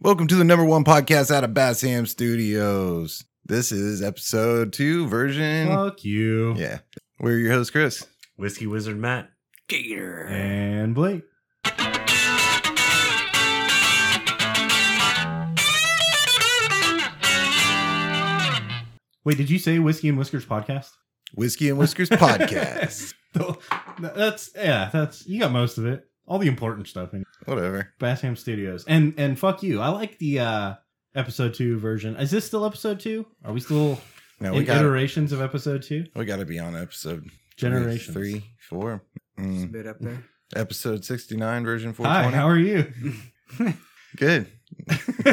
Welcome to the number one podcast out of Bassham Studios. This is episode two version. Fuck you. yeah. We're your host, Chris. Whiskey Wizard Matt Gator. and Blake. Wait, did you say Whiskey and Whiskers podcast? Whiskey and Whiskers podcast. No, that's yeah, that's you got most of it. All the important stuff in Whatever. Bassham Studios. And and fuck you. I like the uh episode 2 version. Is this still episode 2? Are we still No, we in got iterations of episode 2? we got to be on episode Generations. three, four, It's a mm. bit up there. episode sixty nine, version four Hi, twenty. how are you? Good.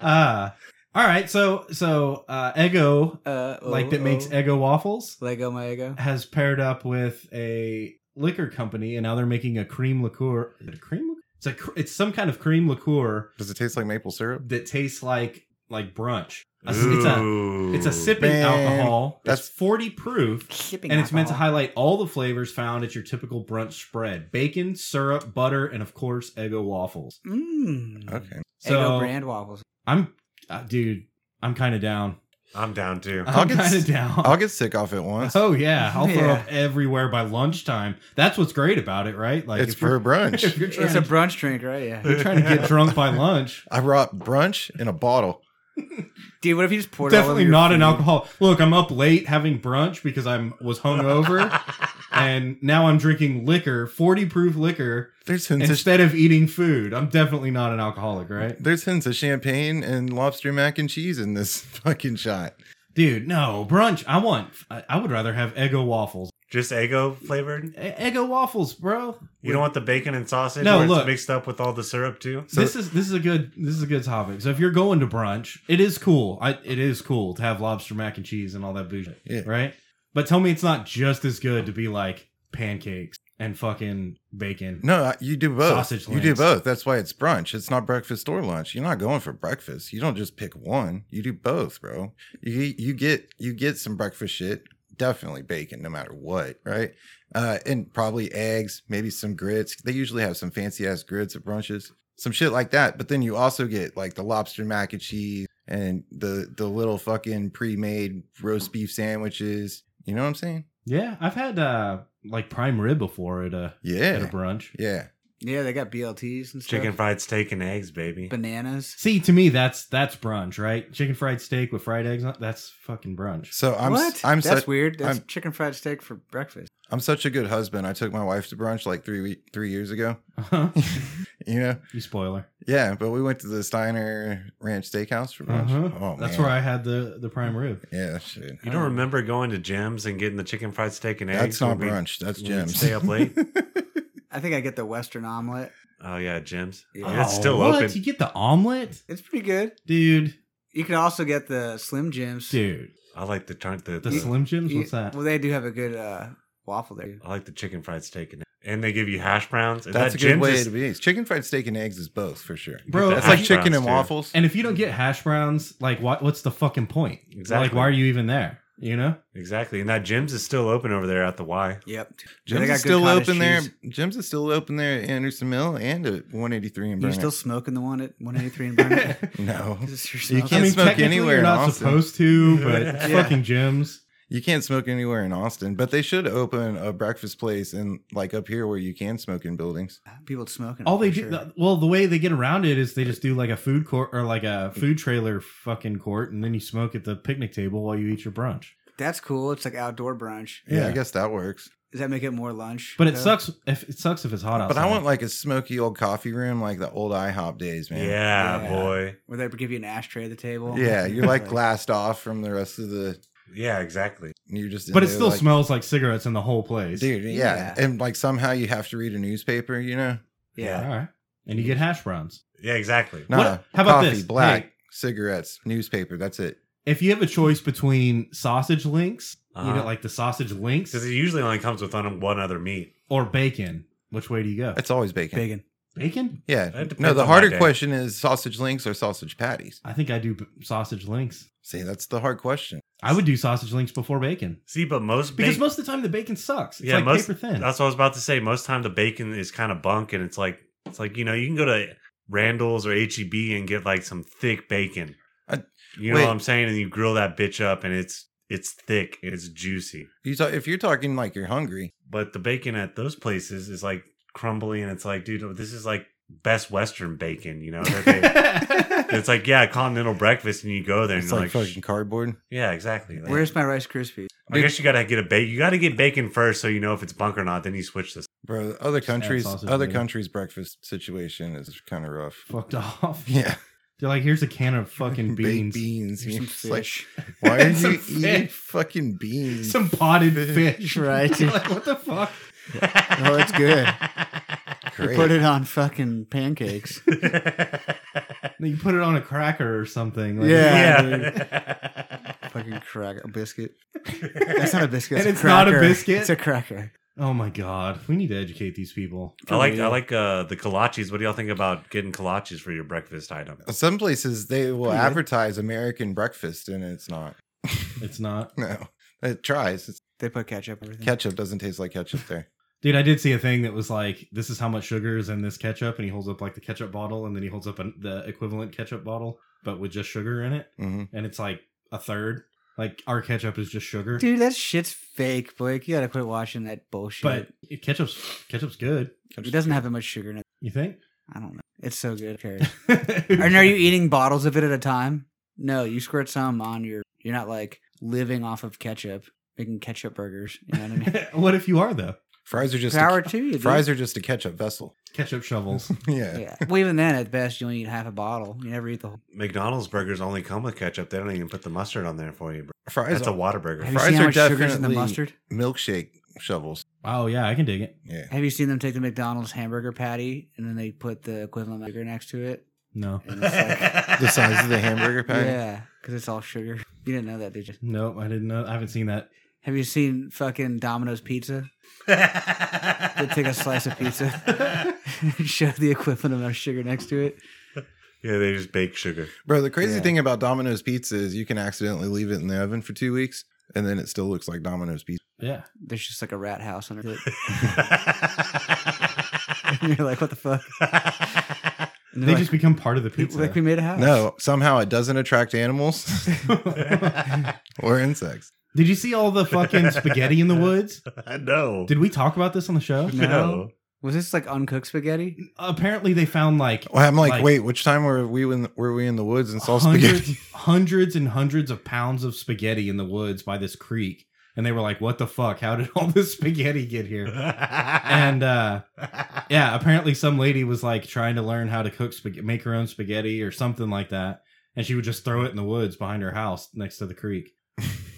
uh all right so so uh ego Uh, oh, like that makes oh. ego waffles Lego my ego. has paired up with a liquor company and now they're making a cream liqueur is it a cream liqueur? it's a cr- it's some kind of cream liqueur Does it taste like maple syrup? that tastes like like brunch A s- it's a it's a sipping Man, alcohol that's- that's 40 proof Shipping and it's meant to highlight all the flavors found at your typical brunch spread bacon syrup butter and of course ego waffles Mmm. Okay. so Eggo brand waffles. i'm uh, dude i'm kind of down I'm down too. I'll i'm get s- kind of down I'll get sick off it once. Oh yeah, I'll throw Yeah. up everywhere by lunchtime. That's what's great about it, right? Like it's if you're- for brunch. If you're trying, It's a brunch drink, right? Yeah. you're trying to get drunk by lunch, I brought brunch in a bottle. Dude, what if you just poured it all over definitely your not an food? alcohol. Look, I'm up late having brunch because I'm was hungover, and now I'm drinking liquor, forty proof liquor, There's hints of instead of eating food. I'm definitely not an alcoholic, right, There's hints of champagne and lobster mac and cheese in this fucking shot. dude? No brunch. I want. I, I would rather have Eggo waffles. Just Eggo flavored. E- Eggo waffles, bro. You don't want the bacon and sausage No, where it's look. mixed up with all the syrup too. So- this is this is a good this is a good topic. So if you're going to brunch, it is cool. I, it is cool to have lobster mac and cheese and all that bullshit, Yeah. right? But tell me it's not just as good to be like pancakes and fucking bacon. No, I- you do both. Sausage you do links. both. That's why it's brunch. It's not breakfast or lunch. You're not going for breakfast. You don't just pick one. You do both, bro. You eat- you get you get some breakfast shit. Definitely bacon, no matter what, right? Uh, and probably eggs, maybe some grits. They usually have some fancy ass grits at brunches, some shit like that. But then you also get like the lobster mac and cheese and the the little fucking pre made roast beef sandwiches. You know what I'm saying? Yeah, I've had uh like prime rib before at a at a Yeah, brunch. yeah. Yeah, they got BLTs and stuff. Chicken fried steak and eggs, baby. Bananas. See, to me that's that's brunch, right? Chicken fried steak with fried eggs. on- That's fucking brunch. So I'm what? I'm That's such weird. That's I'm- chicken fried steak for breakfast. I'm such a good husband. I took my wife to brunch like three week, three years ago. You know, Uh-huh. you spoiler. yeah. But we went to the Steiner Ranch Steakhouse for brunch. Uh-huh. Oh, that's man. where I had the the prime rib. Yeah, that shit. You don't remember going to Jim's and getting the chicken fried steak and eggs? um, That's not when we- brunch. That's when we'd Jim's. Stay up late. I think I get the Western omelet. Oh yeah, Jim's. Yeah. Yeah, it's Oh, still what? open. You get the omelet, It's pretty good. dude. You can also get the Slim Jims. Dude, I like the turn the, the the- Slim Jims. You- What's that? Well, they do have a good uh, waffle there. I like the chicken fried steak and and they give you hash browns. And That's a that good Jim's way is- to be. Chicken fried steak and eggs is both for sure. you get Bro, the That's I- like hash chicken browns, and too. waffles. And if you don't get hash browns, like what? What's the fucking point? Exactly. Like, why are you even there? You know? Exactly, and that Jim's is still open over there at the Y. Yep. They Jim's got is good still cottage open there. cheese. Jim's is still open there at Anderson Mill and at 183 in You're Burnet. still smoking the one at 183 and Burnet? Oh. no, 'Cause it's your You smoke. can't I mean, smoke technically, anywhere You're in not Austin. supposed to, but Yeah. fucking gyms. you can't smoke anywhere in Austin. But they should open a breakfast place and like up here where you can smoke in buildings. People smoking. All they for do, sure. the- well, the way they get around it is they just do like a food court or like a food trailer fucking court, and then you smoke at the picnic table while you eat your brunch. That's cool. It's like outdoor brunch. Yeah, I Yeah. guess that works. Does that make it more lunch? But it though? sucks if it sucks if it's hot outside. But I want like a smoky old coffee room, like the old IHOP days, man. Yeah, Yeah. boy. Where they give you an ashtray at the table. Yeah, you're like glassed off from the rest of the. Yeah, exactly. You're just. in but it there, still like- smells like cigarettes in the whole place, dude. Yeah. Yeah. and like somehow you have to read a newspaper. You know, All Yeah. right, and you get hash browns. Yeah, exactly. nah. How about coffee, this? Black Hey. cigarettes, newspaper. That's it. If you have a choice between sausage links, you Uh-huh. know, like the sausage links, Because it usually only comes with on one other meat. or bacon? Which way do you go? It's always bacon. Bacon. bacon? Yeah. That No, depends the on my harder day. question is sausage links or sausage patties. I think I do b- sausage links. See, that's the hard question. I would do sausage links before bacon See, but most because bacon, most of the time the bacon sucks. It's Yeah, like most- paper thin. that's what I was about to say. Most time the bacon is kind of bunk, and it's like it's like you know you can go to Randall's or HEB and get like some thick bacon. I- you know wait. what I'm saying? And you grill that bitch up, and it's it's thick, it's juicy. You talk, if you're talking like you're hungry, But the bacon at those places is like crumbly, and it's like, dude, this is like best Western bacon. You know, that they- it's like yeah, continental breakfast, and you go there, and it's you're like, like, fucking cardboard. yeah, exactly. Like, Where's my Rice Krispies? I guess you gotta get a bacon. You gotta get bacon first, so you know if it's bunk or not. Then you switch this. Bro, other add countries, sausage other later. countries' breakfast situation is kind of rough. Fucked off. Yeah, They're like, here's a can of fucking Baked beans. beans. Here's some It's like, fish. why are you Some eating fish. fucking beans? Some potted fish. Right. like, what the fuck? oh, it's good. You Great. put it on fucking pancakes. Then You put it on a cracker or something. Like, Yeah. yeah. fucking crack a biscuit. That's not a biscuit. And it's it's not a cracker. biscuit? It's a cracker. Oh my god. We need to educate these people. I like I like uh, the kolaches. What do y'all think about getting kolaches for your breakfast item? Some places they will Pretty good. advertise American breakfast, and it's not. It's not. No, it tries. It's, They put ketchup on everything. ketchup doesn't taste like ketchup there. Dude, I did see a thing that was like, this is how much sugar is in this ketchup, and he holds up like the ketchup bottle, and then he holds up an, the equivalent ketchup bottle, but with just sugar in it, hmm and it's like a third. Like our ketchup is just sugar, Dude, that shit's fake, Blake. You gotta quit watching that bullshit. but ketchup's ketchup's good. it doesn't have that much sugar in it. You think? I don't know. It's so good. Who cares? and are you eating bottles of it at a time? No, you squirt some on your. You're not like living off of ketchup, making ketchup burgers. You know what I mean? what if you are though? Fries are just Power a, to you. Dude. fries are just a ketchup vessel. Ketchup shovels. Yeah, Yeah. Well, even then, at best, you only eat half a bottle. You never eat the whole. McDonald's burgers only come with ketchup. They don't even put the mustard on there for you. Bro. fries. That's a Are water burger. Have you Fries seen how are much sugar's in the definitely- mustard? milkshake shovels. oh yeah, I can dig it. Yeah, Have you seen them take the McDonald's hamburger patty and then they put the equivalent of sugar next to it? No, And it's like, the size of the hamburger patty. yeah, because it's all sugar. You didn't know that, did you? nope, I didn't know. I haven't seen that. Have you seen fucking Domino's Pizza? They take a slice of pizza, show the equivalent amount of sugar next to it. Yeah, they just bake sugar. Bro, the crazy Yeah. thing about Domino's pizza is you can accidentally leave it in the oven for two weeks and then it still looks like Domino's pizza. Yeah, There's just like a rat house under it. And you're like, what the fuck? And they they're just become part of the like, pizza. "We- like we made a house. No, somehow it doesn't attract animals or insects. Did you see all the fucking spaghetti in the woods? I know. Did we talk about this on the show? No. Was this like uncooked spaghetti? Apparently, they found like Well, I'm like, Like- wait, which time were we in were we in the woods and saw hundreds, spaghetti? hundreds and hundreds of pounds of spaghetti in the woods by this creek, and they were like, "What the fuck? How did all this spaghetti get here?" and And uh, yeah, apparently some lady was like trying to learn how to cook spag- make her own spaghetti or something like that, and she would just throw it in the woods behind her house next to the creek.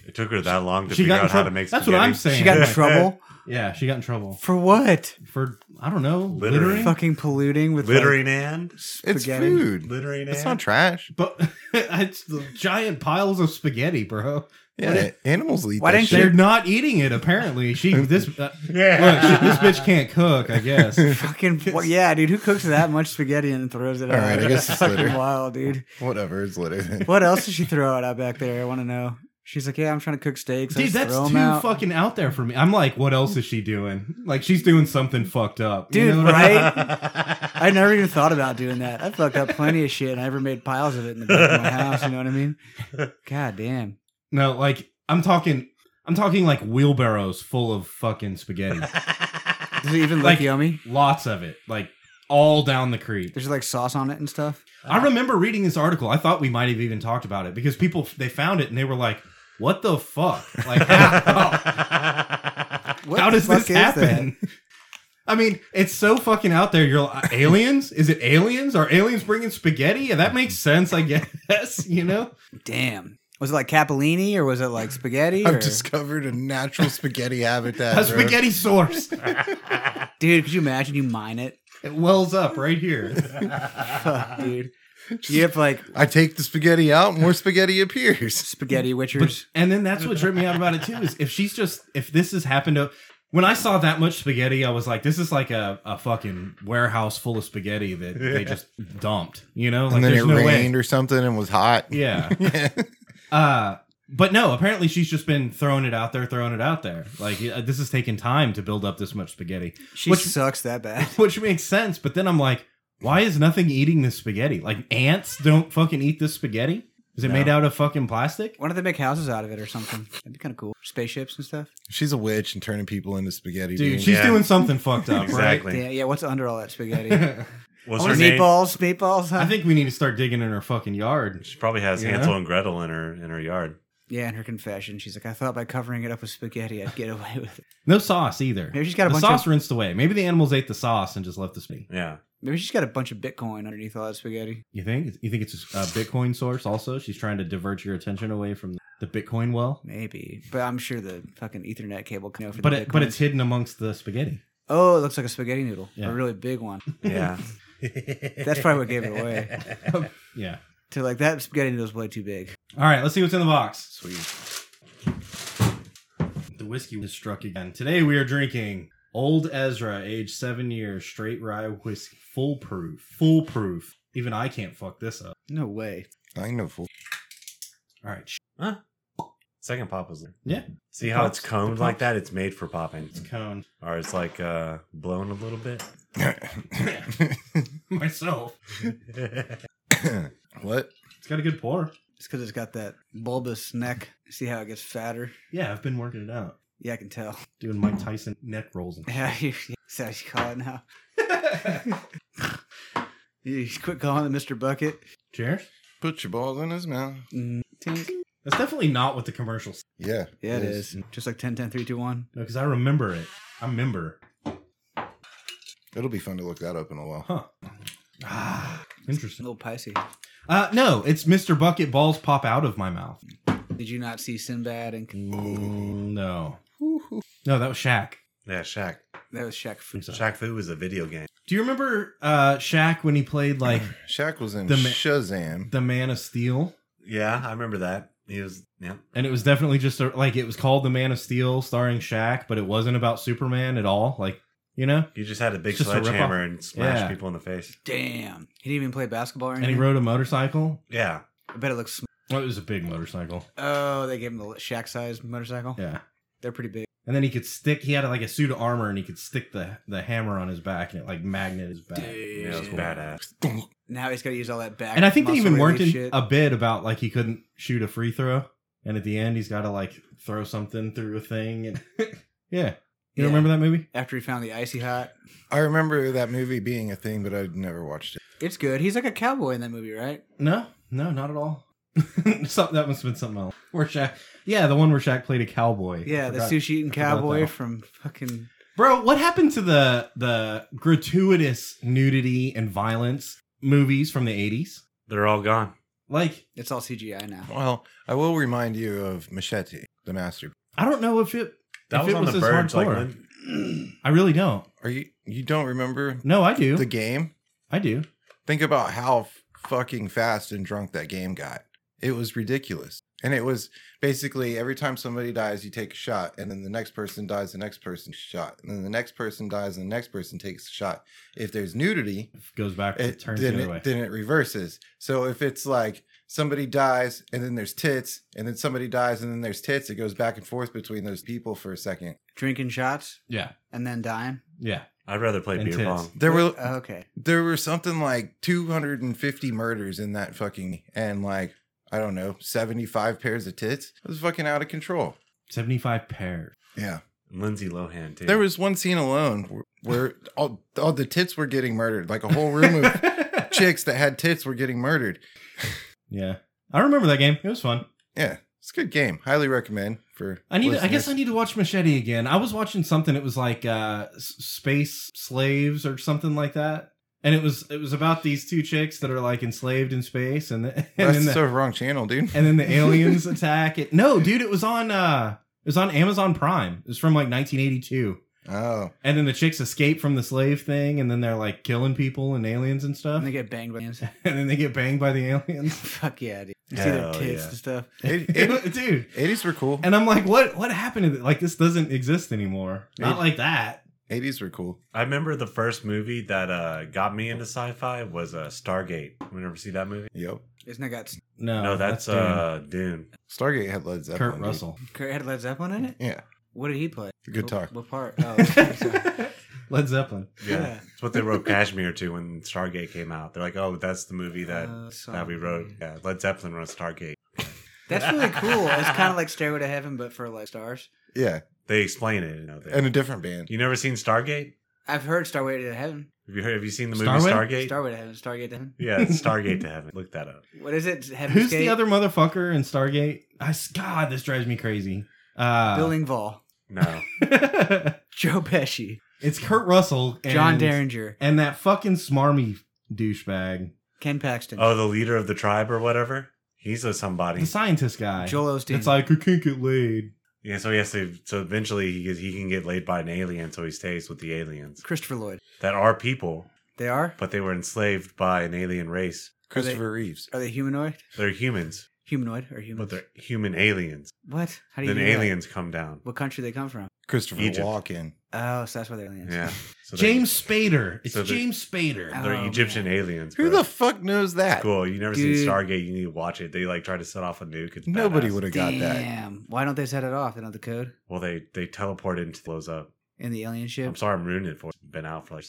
it took her that long to She figure got in out how trouble. to make. That's what I'm spaghetti. saying. She got in trouble Yeah, she got in trouble for what? for I don't know Littering. littering. Fucking polluting with like, Littering and It's spaghetti. food. littering. It's and not trash. But it's the giant piles of spaghetti, bro. Yeah, What animals eat Why that didn't you- They're shit. not eating it. Apparently, she this uh, look, she- yeah. this bitch can't cook. I guess. Fucking well, yeah, dude. Who cooks that much spaghetti and throws it All out? right, I guess That's it's fucking litter. wild, dude. Whatever, it's litter. What else did she throw out back there? I want to know. She's like, yeah, I'm trying to cook steaks. I Dude, just that's throw 'em too out. fucking out there for me. I'm like, what else is she doing? Like, she's doing something fucked up, You Dude, know what I mean? right? I never even thought about doing that. I fucked up plenty of shit, and I ever made piles of it in the back of my house. You know what I mean? God damn. No, like I'm talking, I'm talking like wheelbarrows full of fucking spaghetti, Does it even look Like- yummy? lots of it, like all down the creek. There's like sauce on it and stuff. I remember reading this article. I thought we might have even talked about it because people they found it and they were like, "What the fuck? Like, how, What how the does this fuck is that? happen?" I mean, it's so fucking out there. You're like, aliens? Is it aliens? Are aliens bringing spaghetti? Yeah, that makes sense, I guess. You know, Damn. Was it like capellini or was it like spaghetti? Or... I've discovered a natural spaghetti habitat. a bro. spaghetti source. Dude, could you imagine you mine it? It wells up right here. Fuck, dude. You have like I take the spaghetti out, more spaghetti appears. spaghetti But, witchers. and then that's what tripped me out about it too is if she's just if this has happened to when I saw that much spaghetti, I was like, this is like a, a fucking warehouse full of spaghetti that they just dumped. You know, like and then there's it no rained way. or something and was hot. Yeah. Yeah. Uh, but no, apparently she's just been throwing it out there, throwing it out there. Like uh, this is taking time to build up this much spaghetti, she which- sucks that bad. which makes sense. But then I'm like, Why is nothing eating this spaghetti? Like ants don't fucking eat this spaghetti? Is it No. made out of fucking plastic? Why don't they make houses out of it or something? That'd be kind of cool. Spaceships and stuff. She's a witch and turning people into spaghetti. Dude, Dude, she's Yeah. doing something fucked up, Exactly. Yeah, yeah. What's under all that spaghetti? Oh, right? What's Oh, her name? meatballs, meatballs. Huh? I think we need to start digging in her fucking yard. She probably has You Hansel know? and Gretel in her in her yard. Yeah, in her confession, she's like, I thought by covering it up with spaghetti, I'd get away with it. No sauce either. Maybe she's got a the bunch sauce of rinsed away. Maybe the animals ate the sauce and just left the spaghetti. Yeah. maybe she's got a bunch of Bitcoin underneath all that spaghetti. You think? You think it's a Bitcoin source? Also, she's trying to divert your attention away from the Bitcoin well, Maybe, but I'm sure the fucking Ethernet cable can. but it, but it's hidden amongst the spaghetti. oh, it looks like a spaghetti noodle, Yeah. a really big one. Yeah. That's probably what gave it away. Yeah. To like that spaghetti noodle's way too big. All right. Let's see what's in the box. Sweet. The whiskey is struck again. Today we are drinking Old Ezra, age seven years, straight rye whiskey, foolproof, foolproof. Even I can't fuck this up. No way. I know fool. All right. sh- Second pop was there. Yeah. See how it's Pops. combed Pops. like that? It's made for popping. It's cone. Or it's like uh blown a little bit. Myself. what? It's got a good pour. It's because it's got that bulbous neck. See how it gets fatter? Yeah, I've been working it out. Yeah, I can tell. Doing Mike Tyson neck rolls. And- Yeah, you, that's how you call it now. You quit calling it Mr. Bucket. Cheers. Put your balls in his mouth. Mm, tink. That's definitely not what the commercial said. Yeah. Yeah, it is. Just like 10, 10, 3, 2, 1. Because I remember it. I remember. It'll be fun to look that up in a while. Huh. Ah, A interesting. little picey. Uh, no, it's Mr. Bucket balls pop out of my mouth. Did you not see Sinbad and Mm, no. No, that was Shaq. Yeah, Shaq. that was Shaq Fu? Shaq Fu was a video game. Do you remember uh, Shaq when he played like Shaq was in The ma- Shazam. the Man of Steel? Yeah, I remember that. He was yeah. And it was definitely just a, like it was called The Man of Steel, starring Shaq, but it wasn't about Superman at all. Like you know, You just had a big It's just a sledgehammer and smashed Yeah. people in the face. Damn, he didn't even play basketball or and anything. he Mm-hmm. rode a motorcycle. Yeah. I bet it looks. Sm- Well, it was a big motorcycle. oh, they gave him the Shaq sized motorcycle. Yeah. They're pretty big. And then he could stick. He had like a suit of armor, and he could stick the the hammer on his back, and it like magnet his back. Yeah, it was Damn. badass. Now he's got to use all that back. And I think they muscle even relief worked in uh, shit. a bit about like he couldn't shoot a free throw, and at the end he's got to like throw something through a thing. And yeah, you Yeah. remember that movie? after he found the icy hot. I remember that movie being a thing, but I'd never watched it. It's good. He's like a cowboy in that movie, right? No, no, not at all. Some- that must have been something else. Where Shaq, yeah, the one where Shaq played a cowboy. Yeah, I the forgot. sushi eating forgot that cowboy one. from fucking. Bro, what happened to the the gratuitous nudity and violence movies from the eighties? They're all gone. Like It's all CGI now. Well, I will remind you of Machete, the master. I don't know if it. That if was it on the as verge. Like, hardcore. when- I really don't. Are you? You don't remember No, I do. the game? I do. Think about how f- fucking fast and drunk that game got. It was ridiculous. And it was basically every time somebody dies, you take a shot, and then the next person dies, the next person shot, and then the next person dies, and the next person takes a shot. If there's nudity, If it goes back, it it, turns the then, other it, way. then it reverses. So if it's like somebody dies, and then there's tits, and then somebody dies, and then there's tits, it goes back and forth between those people for a second. Drinking shots yeah, and then dying. yeah. I'd rather play And beer tits. pong. There were Oh, okay. there were something like 250 murders in that fucking and like i don't know 75 pairs of tits it was fucking out of control Seventy-five pairs. yeah Lindsay Lohan too. there was one scene alone where, where all, all the tits were getting murdered like a whole room of chicks that had tits were getting murdered yeah, I remember that game. It was fun. yeah it's a good game highly recommend for I need. To, I guess I listeners. need to watch Machete again. I was watching something. It was like uh, s- space slaves or something like that. And it was it was about these two chicks that are like enslaved in space, and, the, and then that's the, the wrong channel dude and then the aliens attack it. No, dude, it was on uh, it was on Amazon Prime. It was from like 1982. oh And then the chicks escape from the slave thing, and then they're like killing people and aliens and stuff. And they get banged by hands. and then they get banged by the aliens. Fuck yeah, dude. You see their Hell tits yeah. and stuff. Eight- eight- Dude. 80s were cool And I'm like, what what happened to th- like this doesn't exist anymore. Not It- like that. 80s were cool I remember the first movie that uh, got me into sci-fi was uh, Stargate. We never see that movie. yep Isn't that got No, no, that's, Dan. uh, Dune. stargate had led zeppelin Kurt dude. Russell. Kurt had Led Zeppelin in it? yeah What did he play? Good What- talk. What part? Oh, okay. Led Zeppelin. Yeah. That's what they wrote Kashmir to when Stargate came out. They're like, oh, that's the movie that, Uh, that we wrote. Yeah, Led Zeppelin wrote Stargate. That's really cool. It's kind of like Stairway to Heaven, but for like stars. Yeah, They explain it. You, know, they- and a different band. you never seen Stargate? I've heard Starway to Heaven. Have you heard? Have you seen the movie Starway? Stargate? Starway to Heaven. Stargate to Heaven. yeah, it's Stargate to Heaven. Look that up. What is it? Heaven's Who's Gate? the other motherfucker in Stargate? I s- God, this drives me crazy. Uh, Bill Engvall, No. Joe Pesci, it's Kurt Russell, and, John Derringer, and that fucking smarmy douchebag, Ken Paxton, oh, the leader of the tribe or whatever? He's a somebody. the scientist guy. Joel Osteen. It's like I can't get laid. Yeah, so he has to. So eventually, he gets- he can get laid by an alien, so he stays with the aliens Christopher Lloyd. that are people, They are. but they were enslaved by an alien race. Christopher Reeves. Are they humanoid? They're humans, Humanoid or human? but they're human aliens. What? How do you Then do that? aliens come down. What country they come from? Christopher Egypt. Walken. Oh, so that's why they're aliens. Yeah, so they're- James Spader. It's So the- James Spader. Oh, They're Egyptian man. aliens. Who bro. the fuck knows that? cool? You never seen Dude. Stargate? You need to watch it. They like try to set off a nuke. It's Nobody badass. would have got that. Damn. Why don't they set it off? They know the code Well, they they teleport into blows up. in the alien ship. I'm sorry, I'm ruining it for. you. Been out for like.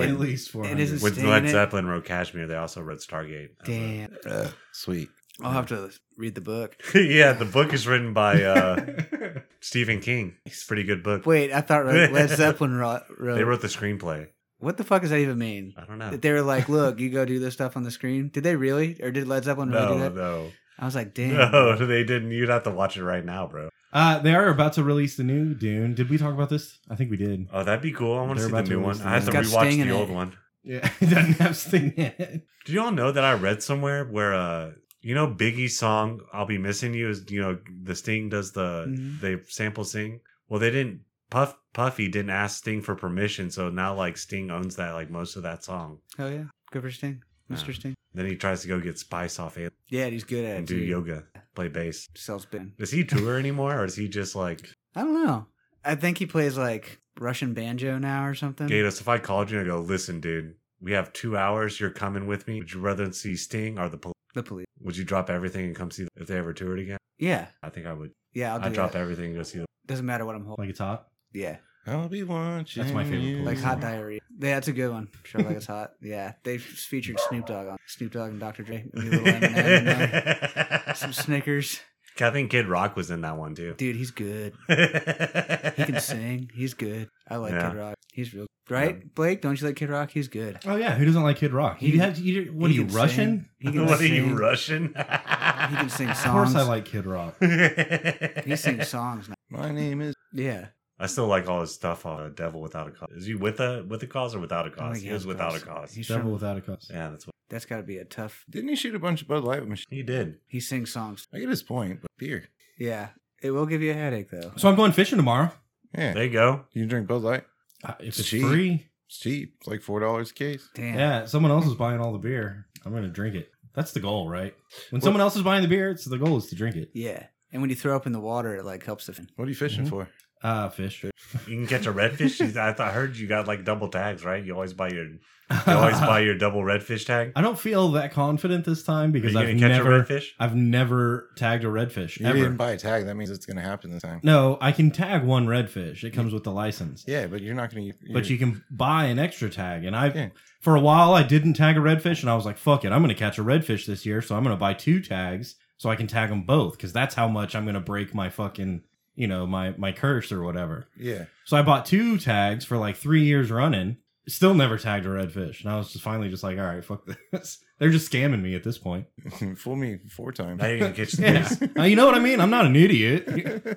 At least four It isn't- hundred. When Staying in Led it. Zeppelin wrote Kashmir, they also wrote Stargate. That's a- Damn. Ugh, sweet. I'll have to read the book. yeah, the book is written by uh, Stephen King. It's a pretty good book. Wait, I thought like, Led Zeppelin wrote, wrote, They wrote the screenplay. What the fuck does that even mean? I don't know. That uh, they were like, look, you go do this stuff on the screen. Did they really? Or did Led Zeppelin really No, do that? no, I was like, damn. no, they didn't. You'd have to watch it right now, bro. Uh, they are about to release the new Dune. Did we talk about this? I think we did. Oh, that'd be cool. I They're want to see the about to new release one. the I have to new one. It's got rewatch Sting in the it. old one. Yeah, it doesn't have Sting in it. Did you all know that I read somewhere where uh, you know, Biggie's song "I'll Be Missing You" is you know the Sting does the Mhm. they sample Sting. Well, they didn't. Puff Puffy didn't ask Sting for permission, so now like Sting owns that like most of that song. Oh, yeah. Good for Sting. Mr. Yeah. Sting. Then he tries to go get spice off it Yeah, he's good at it. and do dude. yoga, play bass. Sells band. Does he tour anymore, or is he just like I don't know. I think he plays like Russian banjo now or something. Gatos, if I called you and I go, listen, dude, we have two hours. You're coming with me. Would you rather see Sting or the police? The police. Would you drop everything and come see them if they ever toured again? Yeah. I think I would. Yeah, I'll do I'd drop that. everything and go see them. Doesn't matter what I'm holding. Like it's hot. Yeah. I'll be watching. That's my favorite you. police Like Hot Mhm. Diarrhea. Yeah, that's a good one. Sure, like it's hot. Yeah, they featured Snoop Dogg on Snoop Dogg and Dr. Dre. Maybe a little M&M in there. Some Snickers. I think Kid Rock was in that one too. Dude, he's good. He he can sing. He's good. I like Yeah. Kid Rock. He's real. Right, Blake? Don't you like Kid Rock? He's good. Oh yeah, who doesn't like Kid Rock? He- You have to, you, what are He you can Russian? sing. He can what are sing. you Russian? he He can sing songs. Of course, I like Kid Rock. He sings songs now. My name is. Yeah. I still like all his stuff on The Devil Without a Cause. Is he with a with a cause or without a Oh I don't cause? think He has was without a cross. cause. He's Devil from- without a cause. Yeah, that's what that's got to be a tough. Didn't he shoot a bunch of Bud Light machines? he did. He sings songs. I get his point, but beer. Yeah. It will give you a headache though. So I'm going fishing tomorrow. Yeah. There you go. you drink Bud Light? Uh, if it's Cheap. free, It's cheap. It's like $4 a case. Damn. yeah. Someone else is buying all the beer. I'm gonna drink it. That's the goal, right? When someone else is buying the beer, it's the goal is to drink it. Yeah. And when you throw up in the water, it like helps the fin. What are you fishing Mhm. for? Uh, fish. You can catch a redfish. You- I, th- I heard you got like double tags, right? You always buy your you always buy your double redfish tag. I don't feel that confident this time Are you because gonna I've catch a never, redfish? I've never tagged a redfish You ever. didn't buy a tag. That means it's going to happen this time. No, I can tag one redfish. It comes with the license. Yeah, but you're not going to. But you can buy an extra tag, and I, Yeah. for a while, I didn't tag a redfish, and I was like, "Fuck it, I'm going to catch a redfish this year, so I'm going to buy two tags so I can tag them both, because that's how much I'm going to break my fucking, you know, my my curse or whatever." Yeah. So I bought two tags for like three years running, still never tagged a redfish, and I was just finally just like, "All right, fuck this." They're just scamming me at this point. Fool me four times. Now you can catch the Yeah, biggest- Uh, you know what I mean. I'm not an idiot. no,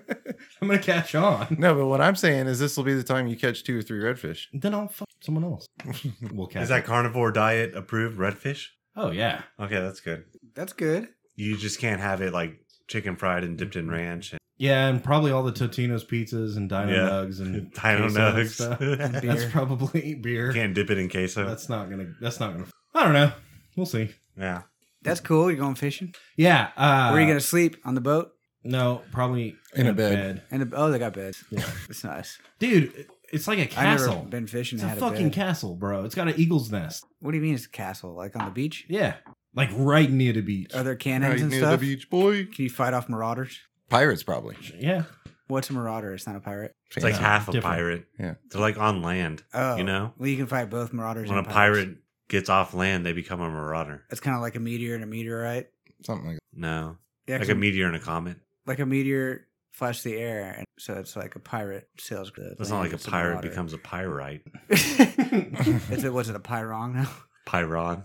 I'm going to catch on. but what I'm saying is this will be the time you catch two or three redfish. Then I'll fuck someone else. We'll catch. Is that it. carnivore diet approved redfish? Oh yeah. Okay, that's good. That's good. You just can't have it like chicken fried and dipped in Mm-hmm. ranch. Yeah, and probably all the Totino's pizzas and Dino Yeah. Nugs And and I don't queso know. and stuff. That's Beer. probably beer. can't dip it in queso. That's not gonna. That's not gonna. I don't know. We'll see. yeah. That's cool. You're going fishing. Yeah. Uh, Where are you gonna sleep on the boat? No, probably In a bed. And the, oh, they got beds. It's nice. dude. It's like a I've castle. never been fishing. It's and a had fucking a bed. castle, bro. It's got an eagle's nest. what do you mean it's a castle? Like on the beach? Yeah, like right near the beach. Are there Right cannons and near stuff? the beach, boy. Can you fight off marauders? Pirates, probably. yeah, What's a marauder? It's not a pirate. It's like Yeah. half a Different. pirate. Yeah. They're like on land. Oh, You know? Well, you can fight both marauders. When a and pirates. pirate gets off land, they become a marauder. it's kind of like a meteor and a meteorite. something like No. Yeah, 'cause Like a meteor and a comet. like a meteor flies through the air, and so it's like a pirate sails. That's not like a pirate becomes a pyrite. If it was it a pyrong now? Pyron.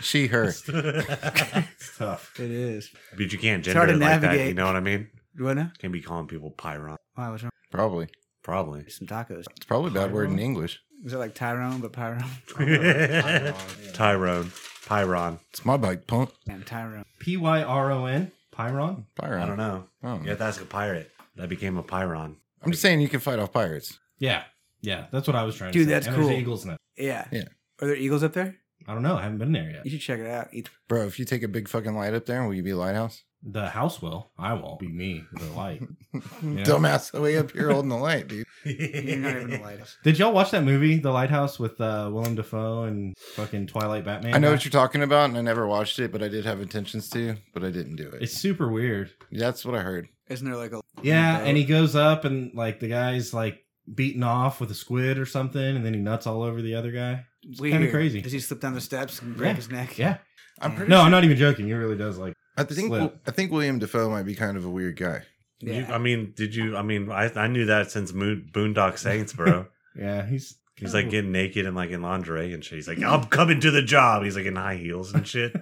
she her It's tough. It is. But you can't It's gender hard it to like that. You navigate. know what I mean? You wanna? Can't be calling people Pyron. Wow, what's wrong? probably. Probably. Some tacos. It's probably a bad word in English. Is it like Tyrone but Pyrone? Tyrone. Pyron. It's my bike, punk. Damn, Tyrone. P Y R O N. Pyron. Pyron. I don't know. I don't know. You have to ask a pirate. That became a Pyron. Oh. I'm just saying you can fight off pirates. Yeah. Yeah. That's what I was trying Dude, to say. that's and there's cool. Eagles now. Yeah. Yeah. Are there eagles up there? I don't know. I haven't been there yet. You should check it out. Eat- Bro, if you take a big fucking light up there, will you be a lighthouse? The house will. I won't. Be me. The light. Yeah. Dumbass the way up here holding the light, dude. You're not even the lightest. Did y'all watch that movie, The Lighthouse, with uh, Willem Dafoe and fucking Twilight Batman? I know guy? what you're talking about, and I never watched it, but I did have intentions to, but I didn't do it. It's super weird. That's what I heard. Isn't there like a Yeah, boat? and he goes up and like the guy's like beaten off with a squid or something, and then he nuts all over the other guy. Weird. kinda crazy. Does he slip down the steps and break Yeah. his neck? Yeah. I'm Yeah. pretty No, sure. I'm not even joking. He really does like. I think Slip. I think William Defoe might be kind of a weird guy. Yeah. You, I mean, did you? I mean, I, I knew that since Moon, Boondock Saints, bro. Yeah, he's He's Oh. like getting naked and like in lingerie and shit. He's like, I'm coming to the job. He's like in high heels and shit.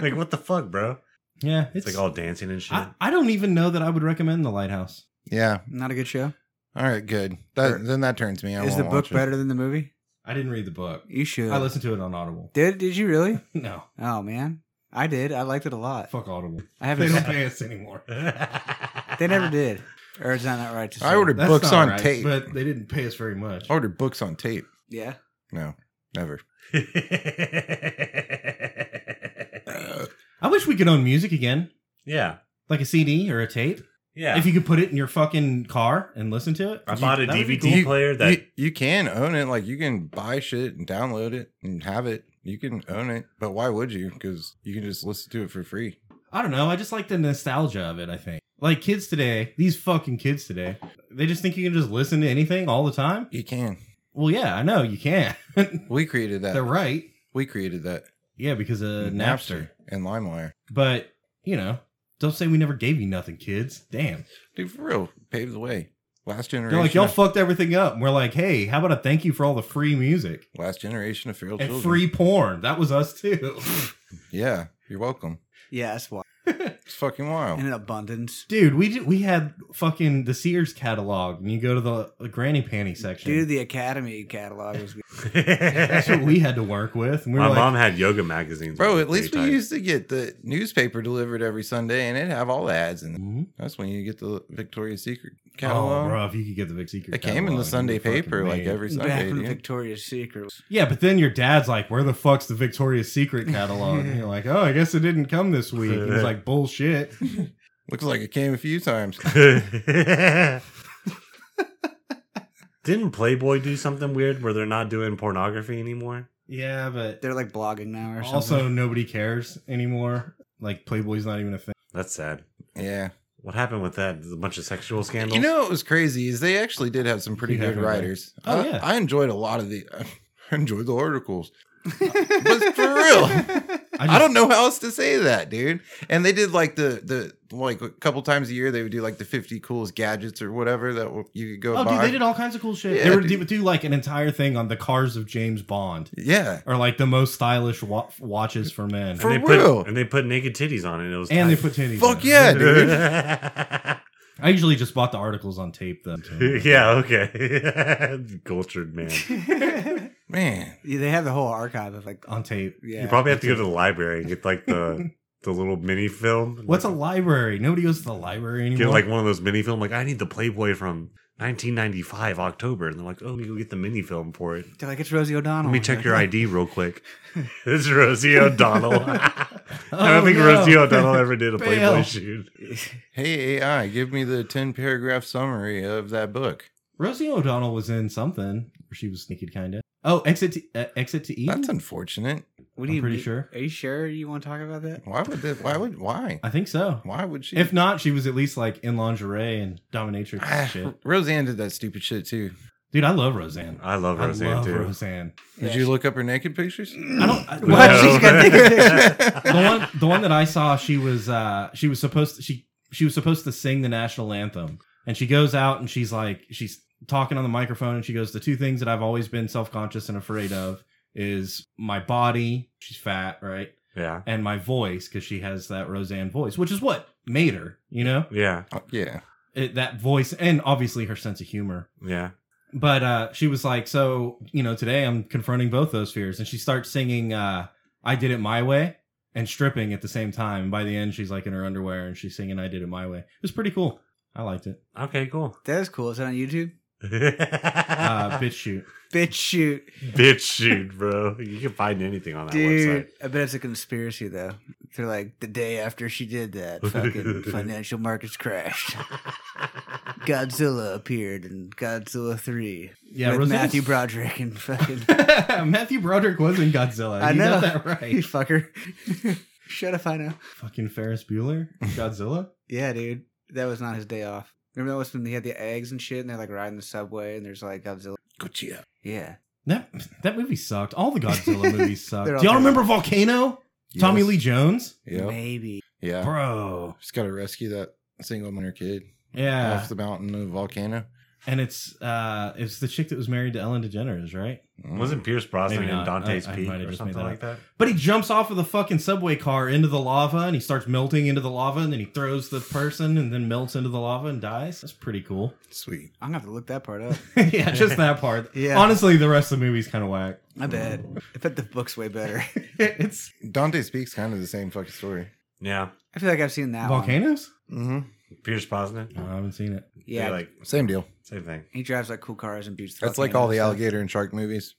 like, what the fuck, bro? yeah, it's, It's like all dancing and shit. I, I don't even know that I would recommend The Lighthouse. Yeah. Not a good show. All right. Good. That, Sure. Then that turns me. I is the won't book watch it. better than the movie? I didn't read the book. You should. I listened to it on Audible. did did you really? No, Oh man, I did. I liked it a lot. fuck Audible. I They haven't. don't They, pay us anymore. never did. Or is that not right to say? I ordered That's books not on right, tape. but they didn't pay us very much. I ordered books on tape. Yeah. No, never. I wish we could own music again, yeah. like a CD or a tape. Yeah. If you could put it in your fucking car and listen to it, I bought a That would be DVD cool. player that. You, you can own it. Like you can buy shit and download it and have it. You can own it, but why would you? Because you can just listen to it for free. I don't know. I just like the nostalgia of it. I think like kids today, these fucking kids today, they just think you can just listen to anything all the time. You can. Well, yeah, I know you can. We created that. They're right. We created that. Yeah, because of Napster. and LimeWire. But you know, don't say we never gave you nothing, kids. Damn. Dude, for real, paved the way. Last generation. They're like, y'all of, fucked everything up. And we're like, hey, how about a thank you for all the free music last generation of feral and children. free porn? That was us too. Yeah, you're welcome. Yeah, that's why. It's fucking Oh. wild. In abundance. Dude, we did, we had fucking the Sears catalog, and you go to the, the granny panty section. Dude, the Academy catalog was. That's what we had to work with. And we My were like, mom had yoga magazines. Bro, when at was least we pretty tight. used to get the newspaper delivered every Sunday, and it have all the ads, and Mhm. that's when you get the Victoria's Secret oh, catalog. bro, if you could get the big secret. it came in catalog, the you'd Sunday be fucking paper like made. every Back Sunday. when Dude. Victoria's Secret was Yeah, but then your dad's like, "Where the fuck's the Victoria's Secret catalog?" and you're like, "Oh, I guess it didn't come this week." And he's like, "Bullshit." Looks like it came a few times. Didn't Playboy do something weird where they're not doing pornography anymore? Yeah, but They're like blogging now or something. also nobody cares anymore. Like Playboy's not even a thing. That's sad. Yeah. What happened with that? There's a bunch of sexual scandals. You know what was crazy is they actually did have some pretty You good have it, right? writers. Oh, I- yeah. I enjoyed a lot of the. I enjoyed the articles, but for real. I, I don't know how else to say that, dude. And they did like the the like a couple times a year they would do like the fifty coolest gadgets or whatever that w- you could go Oh, buy. dude, they did all kinds of cool shit. Yeah, they were, dude. they would do like an entire thing on the cars of James Bond, yeah, or like the most stylish wa- watches for men, For and they real. Put, and they put naked titties on it. It was and they put titties. Fuck in it. yeah, dude. I usually just bought the articles on tape. Then yeah, okay. Cultured man. man. Yeah, they have the whole archive of like. on tape. Yeah. you probably have to go to the library and get like the the little mini film. What's a library? Nobody goes to the library get anymore. like one of those mini film? Like I need the Playboy from 1995 October, and they're like, oh, let me go get the mini film for it. They're like it's Rosie O'Donnell. Let Oh, me check your ID real quick. It's Rosie O'Donnell. I don't Oh, think no. Rosie O'Donnell ever did a Playboy Fail. shoot. Hey AI, give me the ten paragraph summary of that book. Rosie O'Donnell was in something where she was naked, kind of. Oh, exit to, uh, exit to Eden. That's unfortunate. What do I'm you pretty mean- sure. Are you sure you want to talk about that? Why would this? Why would why? I think so. Why would she? If not, she was at least like in lingerie and dominatrix Ah, and shit. Roseanne did that stupid shit too. Dude, I love Roseanne. I love I Roseanne love too. Roseanne. Did Yeah, you she- look up her naked pictures? I don't. I, What? well, She's got the one, the one that I saw, she was, uh, she was supposed to, she, she was supposed to sing the national anthem, and she goes out and she's like, she's talking on the microphone, and she goes, "The two things that I've always been self conscious and afraid of is my body. She's fat, right, yeah, and my voice, because she has that Roseanne voice, which is what made her, you know, yeah, Oh, yeah. it, that voice, and obviously her sense of humor." yeah. but uh she was like so you know today i'm confronting both those fears and she starts singing uh i did it my way and stripping at the same time and by the end she's like in her underwear and she's singing i did it my way it was pretty cool i liked it Okay, cool. That is cool. Is it on YouTube? uh bitch shoot Bitch, shoot, Bitch, shoot, bro. You can find anything on that dude. I bet it's a conspiracy though. They're like the day after she did that, fucking financial markets crashed. website. Godzilla appeared in Godzilla Three yeah with Roseanne's- Matthew Broderick and fucking matthew broderick was in godzilla I you know. got that right you fucker. Shut up, I know. fucking ferris bueller godzilla Yeah, dude, that was not his day off. Remember that was when he had the eggs and shit, and they're like riding the subway, and there's like Godzilla. uh, Godzilla. Yeah, that that movie sucked all the godzilla movies sucked do They're all y'all terrible. remember volcano tommy Yes. lee jones Yeah. maybe. Yeah. bro Just gotta rescue that single mother kid yeah off the mountain of volcano. And it's uh it's the chick that was married to Ellen DeGeneres, right? Mm. Wasn't Pierce Brosnan Maybe in not. Dante's I- I Peak might have or just made something that like that? But he jumps off of the fucking subway car into the lava and he starts melting into the lava and then he throws the person and then melts into the lava and dies. That's pretty cool. sweet? I'm gonna have to look that part up. yeah, just that part. Yeah. Honestly, the rest of the movie's kind of whack. I bet. I bet the book's way better. it's Dante speaks kind of the same fucking story. Yeah, I feel like I've seen that one. volcanoes? Mm-hmm. Pierce Brosnan. No, I haven't seen it. Yeah, They're like Same deal. same thing. he drives like cool cars and beats. That's like all the alligator and shark movies.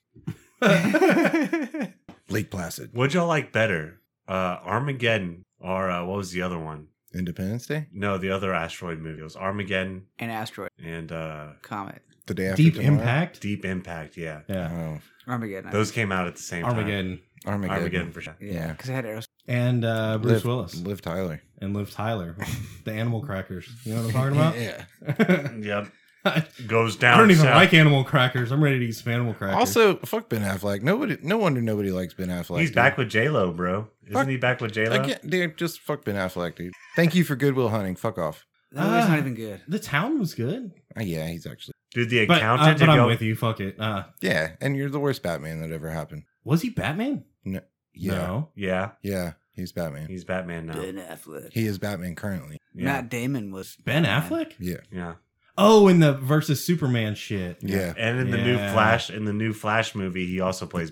alligator. Lake Placid, What'd y'all like better, uh, Armageddon or uh, what was the other one? Independence Day, No, the other asteroid movie. It was Armageddon An asteroid and uh, comet. The Day After Deep Tomorrow. Impact. Deep Impact. Yeah, Yeah. Oh, Armageddon. I those came out at the same time. Armageddon Armageddon. Armageddon for sure. think. Yeah, yeah. because I had Aeros. and uh, Bruce Liv- Willis Liv Tyler. and Liv Tyler, the animal crackers. You know what I'm talking yeah. about? Yep, I goes down. don't even south. like animal crackers. I'm ready to eat some animal crackers. Also, fuck Ben Affleck. Nobody, no wonder nobody likes Ben Affleck. He's dude. back with J Lo, bro. Fuck. Isn't he back with J Lo? Again, dude, just fuck Ben Affleck, dude. Thank you for Goodwill Hunting. Fuck off. That movie's Ah. not even good. The town was good. Oh, yeah, he's actually. Dude, the But, uh, accountant. but to I'm go- with you. Fuck it. Uh, Yeah, and you're the worst Batman that ever happened. was he Batman? Yeah, No. Yeah, yeah, he's Batman. he's Batman now. Ben Affleck. He is Batman currently. Yeah, Matt Damon was Ben Affleck? Yeah, yeah, Oh, in the versus Superman shit. yeah, and in the new Yeah. Flash, in the new Flash movie, he also plays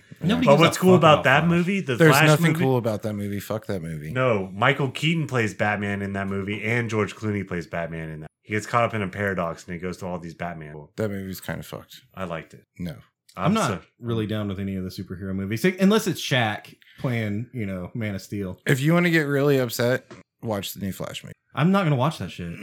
Batman. Nobody But gives a what's cool fuck about that Flash. movie? The There's Flash nothing movie? cool about that movie. Fuck that movie. No, Michael Keaton plays Batman in that movie, and George Clooney plays Batman in that. He gets caught up in a paradox, and he goes to all these Batman. Well, That movie's kind of fucked. I liked it. No. I'm, not really down with any of the superhero movies e, unless it's Shaq playing, you know, Man of Steel. If you want to get really upset, watch the new Flash movie. I'm not gonna watch that shit.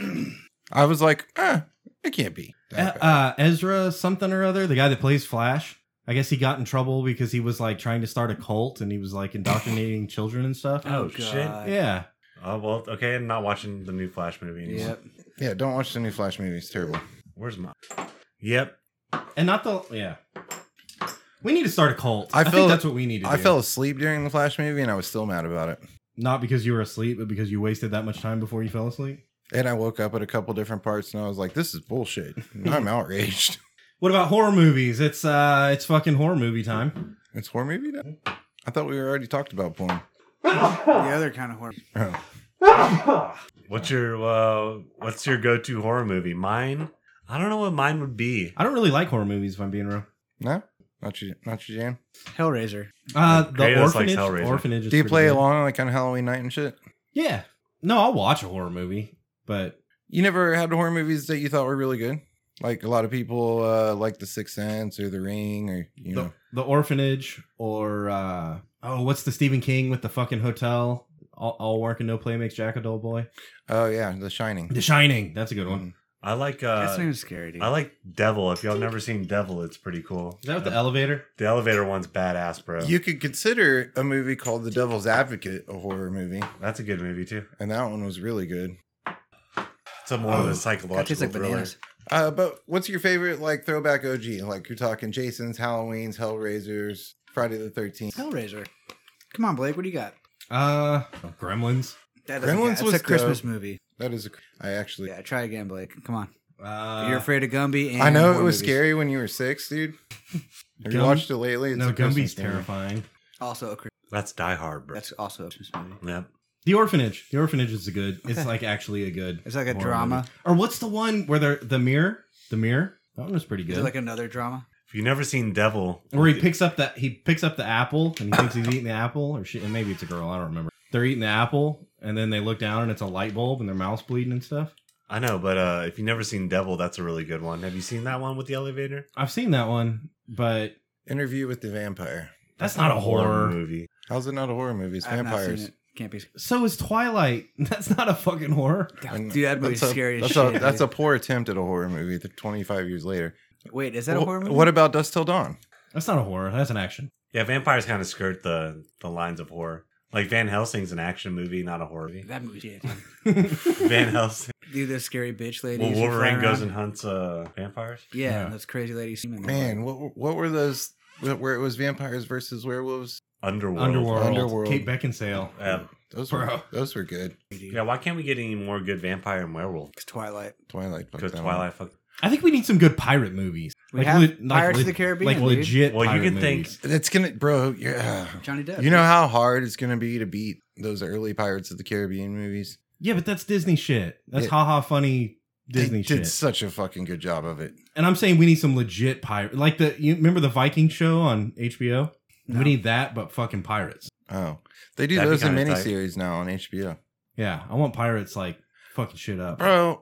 I was like, ah, it can't be. Uh, that bad. uh, Ezra something or other, the guy that plays Flash. I guess he got in trouble because he was like trying to start a cult and he was like indoctrinating children and stuff. Oh, shit. Yeah. Oh well, okay. I'm not watching the new Flash movie anymore. Yep. yeah, don't watch the new Flash movie. It's terrible. Where's my? Yep. And not the yeah. We need to start a cult. I I, fell- think that's what we need to I do. fell asleep during the Flash movie and I was still mad about it. not because you were asleep, but because you wasted that much time before you fell asleep. And I woke up at a couple different parts and I was like, this is bullshit. And I'm outraged. What about horror movies? It's uh it's fucking horror movie time. It's horror movie now? I thought we already talked about porn. The other kind of horror. Oh. What's your uh, What's your go-to horror movie? Mine. I don't know what mine would be. I don't really like horror movies if I'm being real. No? Not your, not your jam? Hellraiser. Uh the Kratos likes orphanage Hellraiser. orphanage is Do you pretty play good. along like on Halloween night and shit? Yeah. No, I'll watch a horror movie, but You never had horror movies that you thought were really good? Like a lot of people uh, like The Sixth Sense or The Ring or, you the, know. the orphanage or uh oh, what's the Stephen King with the fucking hotel? All, all work and no play makes Jack a dull boy. Oh, yeah. The Shining. The Shining. That's a good one. I like That's not uh even scary, dude. I like Devil. If y'all never seen Devil, it's pretty cool. Is that with the elevator? The elevator one's badass, bro. You could consider a movie called The Devil's Advocate a horror movie, That's a good movie too. and that one was really good. It's a more of Oh, a that tastes psychological like thriller. bananas. Uh, but what's your favorite like throwback OG? Like you're talking Jason's, Halloween's, Hellraisers, Friday the Thirteenth. Hellraiser. Come on, Blake. What do you got? Uh, Gremlins. That doesn't Gremlins count. was it's a Christmas dope. movie. That is, a, I actually, Yeah, try again, Blake. Come on. Uh, You're afraid of Gumby. And I know it horror was movies. scary when you were six, dude. Have you Gumby? watched it lately? no, a Christmas Gumby's movie. terrifying. Also, a, Chris- That's Die Hard, bro. that's also a Christmas movie. Yep. The orphanage. The orphanage is a good. It's Okay. like actually a good. It's like a horror drama. movie. Or what's the one where they're the mirror? The mirror. That one was pretty Is good. it like another drama? If you've never seen Devil, where he picks up that he picks up the apple and he thinks he's eating the apple or shit. And maybe it's a girl. I don't remember. They're eating the apple and then they look down and it's a light bulb and their mouth's bleeding and stuff. I know, but uh, if you've never seen Devil, that's a really good one. Have you seen that one with the elevator? I've seen that one, but Interview with the Vampire. that's not a horror. movie. How's it not a horror movie? It's I have not seen vampires. it. Can't be. So is Twilight. That's not a fucking horror. And Dude, that movie's that's a- scary as That's shit. a that's a dude. poor attempt at a horror movie. th- Twenty five years later. Wait, is that a Wh- horror movie? What about Dust Till Dawn? That's not a horror. That's an action. Yeah, vampires kind of skirt the the lines of horror. Like Van Helsing's an action movie, not a horror movie. that movie? Shit, dude. Van Helsing. Dude, those scary bitch Well, ladies. who fly Wolverine goes around. and hunts uh, vampires. Yeah, Yeah. and those crazy ladies. Man, what were- what were those? wh- Where it was vampires versus werewolves? Underworld. Underworld. Underworld. Kate Beckinsale. Yeah. Those Bro. were those were good. yeah, why can't we get any more good vampire and werewolf? It's Twilight. Twilight. fucked Because that one. Twilight fuck. I think we need some good pirate movies. We have le- Pirates of le- the Caribbean, Like dude. legit. Well, you pirate could think- movies. It's gonna, bro. Yeah. Johnny Depp. You know how hard it's gonna be to beat those early Pirates of the Caribbean movies. Yeah, but that's Disney shit. That's Yeah. ha haha funny Disney they shit. did such a fucking good job of it. And I'm saying we need some legit pirate. Like the you remember the Viking show on HBO? No. We need that, but fucking pirates. Oh, they do That'd be those in kinda tight. miniseries now on HBO, Yeah, I want pirates like fucking shit up. bro.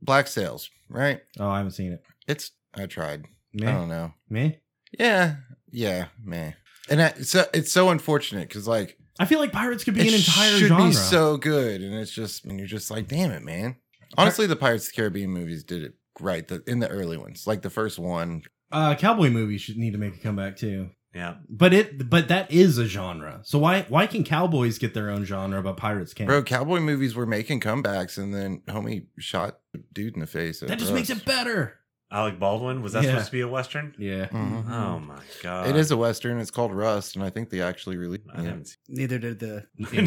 Black Sails, right? Oh, I haven't seen it. It's I tried. I Man, don't know. me. Yeah, yeah, man. And that, so it's so unfortunate because like I feel like pirates could be it an entire should genre. be so good, and it's just and you're just like, damn it, man. Honestly, the Pirates of the Caribbean movies did it right the, in the early ones, like the first one. uh, cowboy movies should need to make a comeback too. Yeah. But it, but that is a genre. So why why can cowboys get their own genre, but pirates can't? Bro, cowboy movies were making comebacks, and then homie shot a dude in the face. that just makes it better. Alec Baldwin, was that Yeah. supposed to be a Western? Yeah. Mhm. Oh my god. It is a western. It's called Rust, and I think they actually released. I haven't seen Neither did the. Neither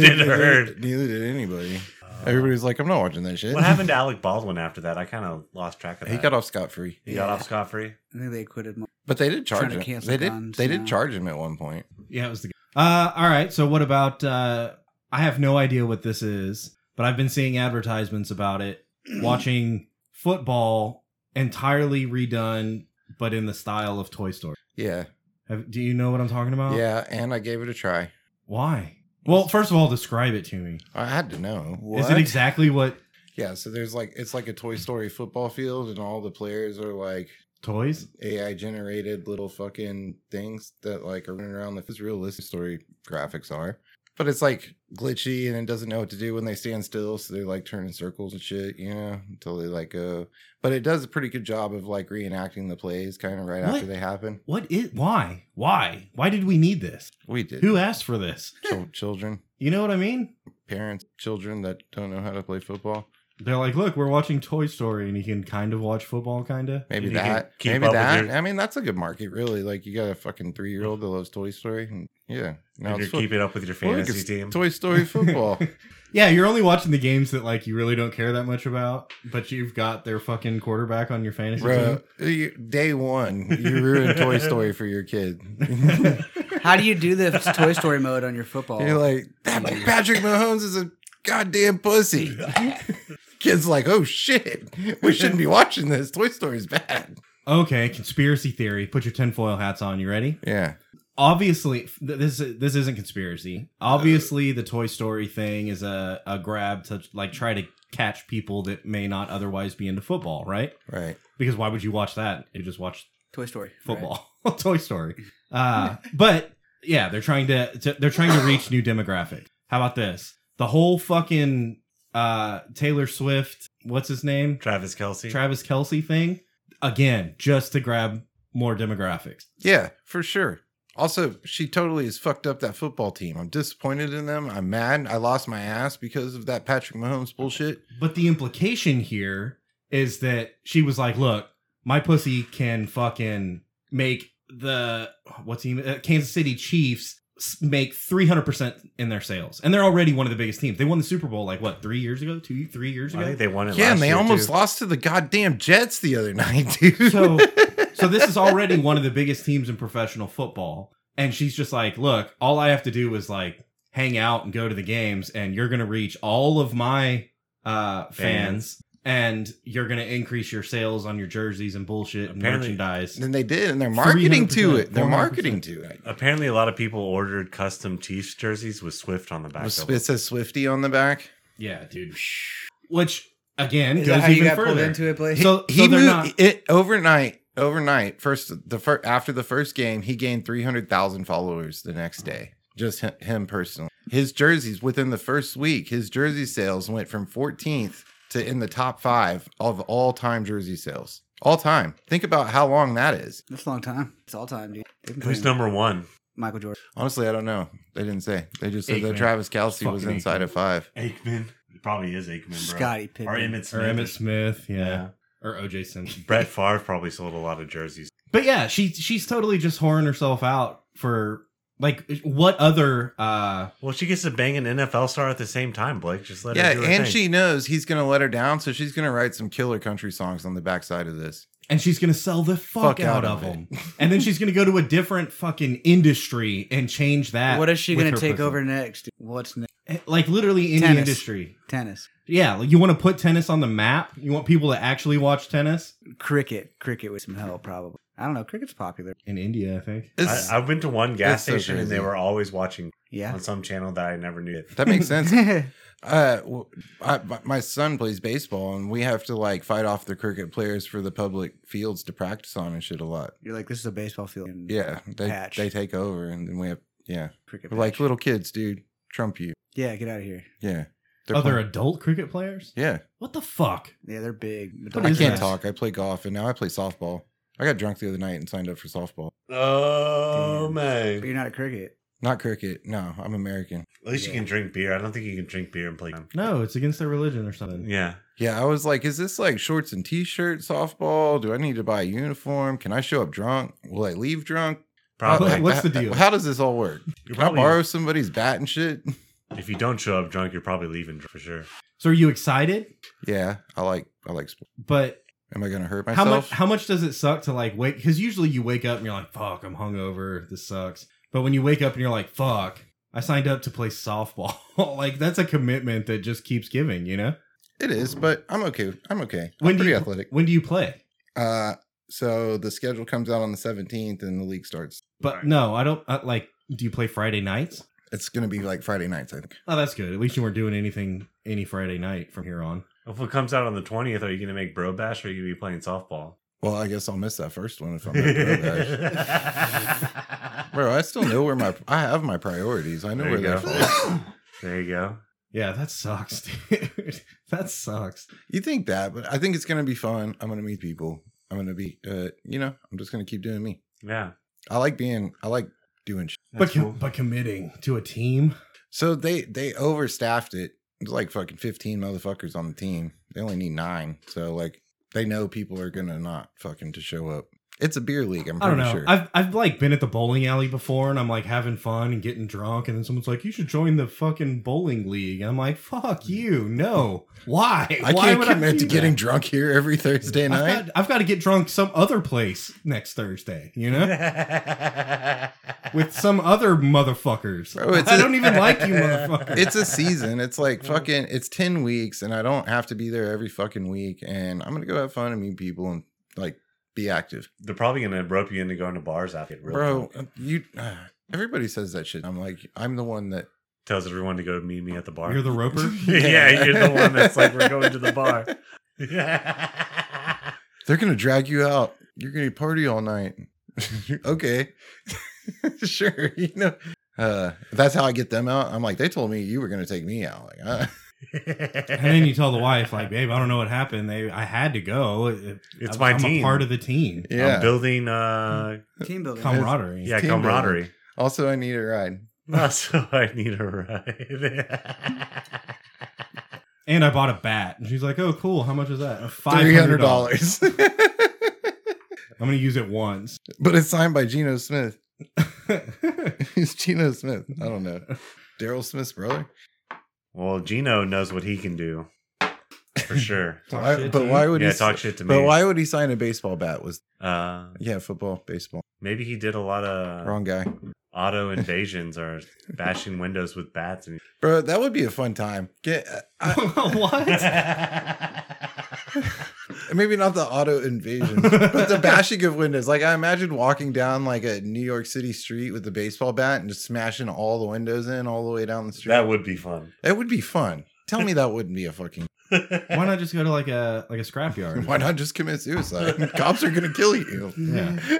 did her. Neither did anybody. uh, Everybody's like, I'm not watching that shit. What happened to Alec Baldwin after that? I kind of lost track of that. He got off scot free, He got Yeah. off scot free. I think they acquitted. Mo- but they did charge Trying to him. cancel They did. guns they did now. charge him at one point. Yeah, it was the. Uh, all right. So what about? Uh, I have no idea what this is, but I've been seeing advertisements about it. watching football entirely redone, but in the style of Toy Story. Yeah, Have, do you know what I'm talking about? yeah. And I gave it a try. Why? Well, first of all, describe it to me. I had to know. Is it exactly what Yeah. So there's like it's like a Toy Story football field, and all the players are like toys? AI generated little fucking things that like are running around the it's realistic story graphics are. But it's like glitchy and it doesn't know what to do when they stand still, so they like turn in circles and shit, you know, until they like go. But it does a pretty good job of like reenacting the plays kind of right What? after they happen. What is? Why? Why? Why did we need this? We did Who asked for this? Chil- children, You know what I mean? parents, children that don't know how to play football. They're like, look, we're watching Toy Story, and you can kind of watch football, kind of. Maybe You can that. keep Maybe up with that. your- I mean, that's a good market, really. Like you got a fucking three year old that loves Toy Story, and yeah, now Did you it's fo- keep it up with your Well, look, fantasy it's team? Toy Story football. yeah, you're only watching the games that like you really don't care that much about, but you've got their fucking quarterback on your fantasy Bro, you, day one, you ruined Toy Story for your kid. team. How do you do the Toy Story mode on your football? You're like, that Patrick Mahomes is a goddamn pussy. Kid's like, oh shit, we shouldn't be watching this. Toy Story's bad. Okay, conspiracy theory. Put your tinfoil hats on. You ready? Yeah. Obviously, th- this this isn't conspiracy. Obviously, the Toy Story thing is a a grab to like try to catch people that may not otherwise be into football, right? Right. Because why would you watch that? You just watch Toy Story. football, Toy Story. Uh, but yeah, they're trying to, to they're trying to reach new demographic. How about this? The whole fucking uh, Taylor Swift, what's his name? Travis Kelsey. Travis Kelsey thing. Again, just to grab more demographics. Yeah, for sure. Also, she totally has fucked up that football team. I'm disappointed in them. I'm mad. I lost my ass because of that Patrick Mahomes bullshit. But the implication here is that she was like, "Look, my pussy can fucking make the what's he uh, Kansas City Chiefs s- make 300% in their sales. And they're already one of the biggest teams. They won the Super Bowl like what, 3 years ago? 2 3 years I ago? think they won it. yeah, last and they year, almost too. lost to the goddamn Jets the other night, dude. So- so this is already one of the biggest teams in professional football and she's just like look all i have to do is like hang out and go to the games and you're gonna reach all of my uh fans and you're gonna increase your sales on your jerseys and bullshit and Apparently- merchandise and they did, and they're marketing to 300%, it. They're marketing to it. Apparently, a lot of people ordered custom Chiefs jerseys with Swift on the back. Of It them. says Swifty on the back. yeah dude which again Is goes that how even you got pulled further into it, Blake? so, he so they're moved not it overnight. Overnight, first the fir- after the first game, he gained three hundred thousand followers the next day. Just hi- him personally. His jerseys within the first week, his jersey sales went from fourteenth to in the top five of all time jersey sales. All time. Think about how long that is. That's a long time. It's all time, dude. They've been Who's playing number one? Michael Jordan. Honestly, I don't know. They didn't say. They just said Aikman. that Travis Kelsey was Fucking inside Aikman. of five. Aikman. It probably is Aikman, bro. Scotty Pippen. Or Emmett Smith. or Emmett Smith, yeah. Yeah. Or OJ Simpson. Brett Favre probably sold a lot of jerseys. But yeah, she she's totally just whoring herself out for like what other uh Well, she gets to bang an NFL star at the same time, Blake. Just let Yeah, her do her and thing. she knows he's gonna let her down, so she's gonna write some killer country songs on the backside of this. and she's gonna sell the fuck, out, of it. them, and then she's gonna go to a different fucking industry and change that. What is she with going her to take pussy. over next? What's next? Like literally any Tennis. industry. Tennis. Yeah, like you want to put tennis on the map. You want people to actually watch tennis Cricket. Cricket with some help, probably. I don't know. Cricket's popular. in India, I think. This- I, I went to one That's gas so station and they crazy. were always watching Yeah. on some channel that I never knew. that makes sense. That's Uh, well, I, my- my son plays baseball, and we have to like fight off the cricket players for the public fields to practice on and shit a lot. You're like, this is a baseball field. and Yeah, they Patch. they take over, and then we have yeah, Cricket. We're like pitch. little kids, dude. Trump you, yeah, get out of here. yeah. They're Other playing- adult cricket players? yeah. What the fuck? Yeah, they're big. What I is can't that? talk. I play golf, and now I play softball. I got drunk the other night and signed up for softball, Oh Damn. But man! you're not a cricket. not cricket. No, I'm American. At least you Yeah. can drink beer. I don't think you can drink beer and play. No, it's against their religion or something. Yeah, Yeah, I was like, is this like shorts and t-shirt softball? Do I need to buy a uniform? Can I show up drunk? Will I leave drunk? probably. Like, What's how- the deal? How does this all work? You're Can I probably- borrow somebody's bat and shit? if you don't show up drunk, you're probably leaving dr- for sure. So are you excited? Yeah, I like I like sport. But Am I gonna hurt how much myself? how much does it suck to like wake because usually you wake up and you're like fuck i'm hungover this sucks but when you wake up and you're like fuck i signed up to play softball like that's a commitment that just keeps giving you know it is, but I'm okay. I'm okay. I'm When do pretty you- athletic. when do you play Uh so the schedule comes out on the 17th and the league starts. but no i don't uh, like do you play friday nights It's gonna be like Friday nights, I think. oh that's good at least you weren't doing anything any friday night from here on If it comes out on the twentieth, are you going to make bro bash or are you going to be playing softball? Well, I guess I'll miss that first one if I'm not pro guys. Bro, I still know where my I have my priorities. I know There where you they go. fall. there you go. yeah that sucks dude that sucks You think that, but I think it's gonna be fun. I'm gonna meet people. I'm gonna be uh, you know, I'm just gonna keep doing me. Yeah. I like being I like doing shit. but, That's com- cool. but committing to a team So they they overstaffed it. There's like fucking 15 motherfuckers on the team. They only need nine. So like they know people are gonna not fucking to show up. It's a beer league. I'm I don't pretty know. sure. I've I've like been at the bowling alley before, and I'm like having fun and getting drunk, and then someone's like, "You should join the fucking bowling league." And I'm like, "Fuck you, no. Why? Mm. I Why can't would commit do to getting that? drunk here every Thursday night. I've got, I've got to get drunk some other place next Thursday, you know, with some other motherfuckers. Bro, it's I a- don't even like you, motherfuckers. it's a season. It's like fucking it's 10 weeks and I don't have to be there every fucking week. And I'm gonna go have fun and meet people and like be active. They're probably going to rope you into going to bars after it. Really Bro, quick. you uh, everybody says that shit. I'm like, I'm the one that tells everyone to go meet me at the bar. You're the roper. yeah, you're the one that's like, we're going to the bar. They're gonna drag you out. You're gonna party all night. okay, sure. You know, uh, if that's how I get them out. I'm like, they told me you were gonna take me out. Like, I, And then you tell the wife, like, babe, I don't know what happened. They, I had to go. It's I'm- my I'm team. A part of the team. I'm Yeah. building uh Team building. Camaraderie. yeah, team building. camaraderie. Also, I need a ride. so I need a ride. And I bought a bat. And she's like, oh, cool. How much is that? Three hundred dollars. I'm going to use it once. but it's signed by Geno Smith. It's Geno Smith. I don't know. Daryl Smith's brother. well, Gino knows what he can do. For sure. Talk Why- shit to but you. why would yeah, he? talk shit to me. but why would he sign a baseball bat? Was uh yeah, football, baseball. maybe he did a lot of Wrong guy, auto invasions or bashing windows with bats and bro. That would be a fun time. Get uh, I, what? maybe not the auto invasion, but the bashing of windows. Like I imagine walking down like a New York City street with a baseball bat and just smashing all the windows in all the way down the street. that would be fun. It would be fun. Tell me that wouldn't be a fucking. Why not just go to like a like a scrapyard? Why not just commit suicide? Cops are gonna kill you. Yeah.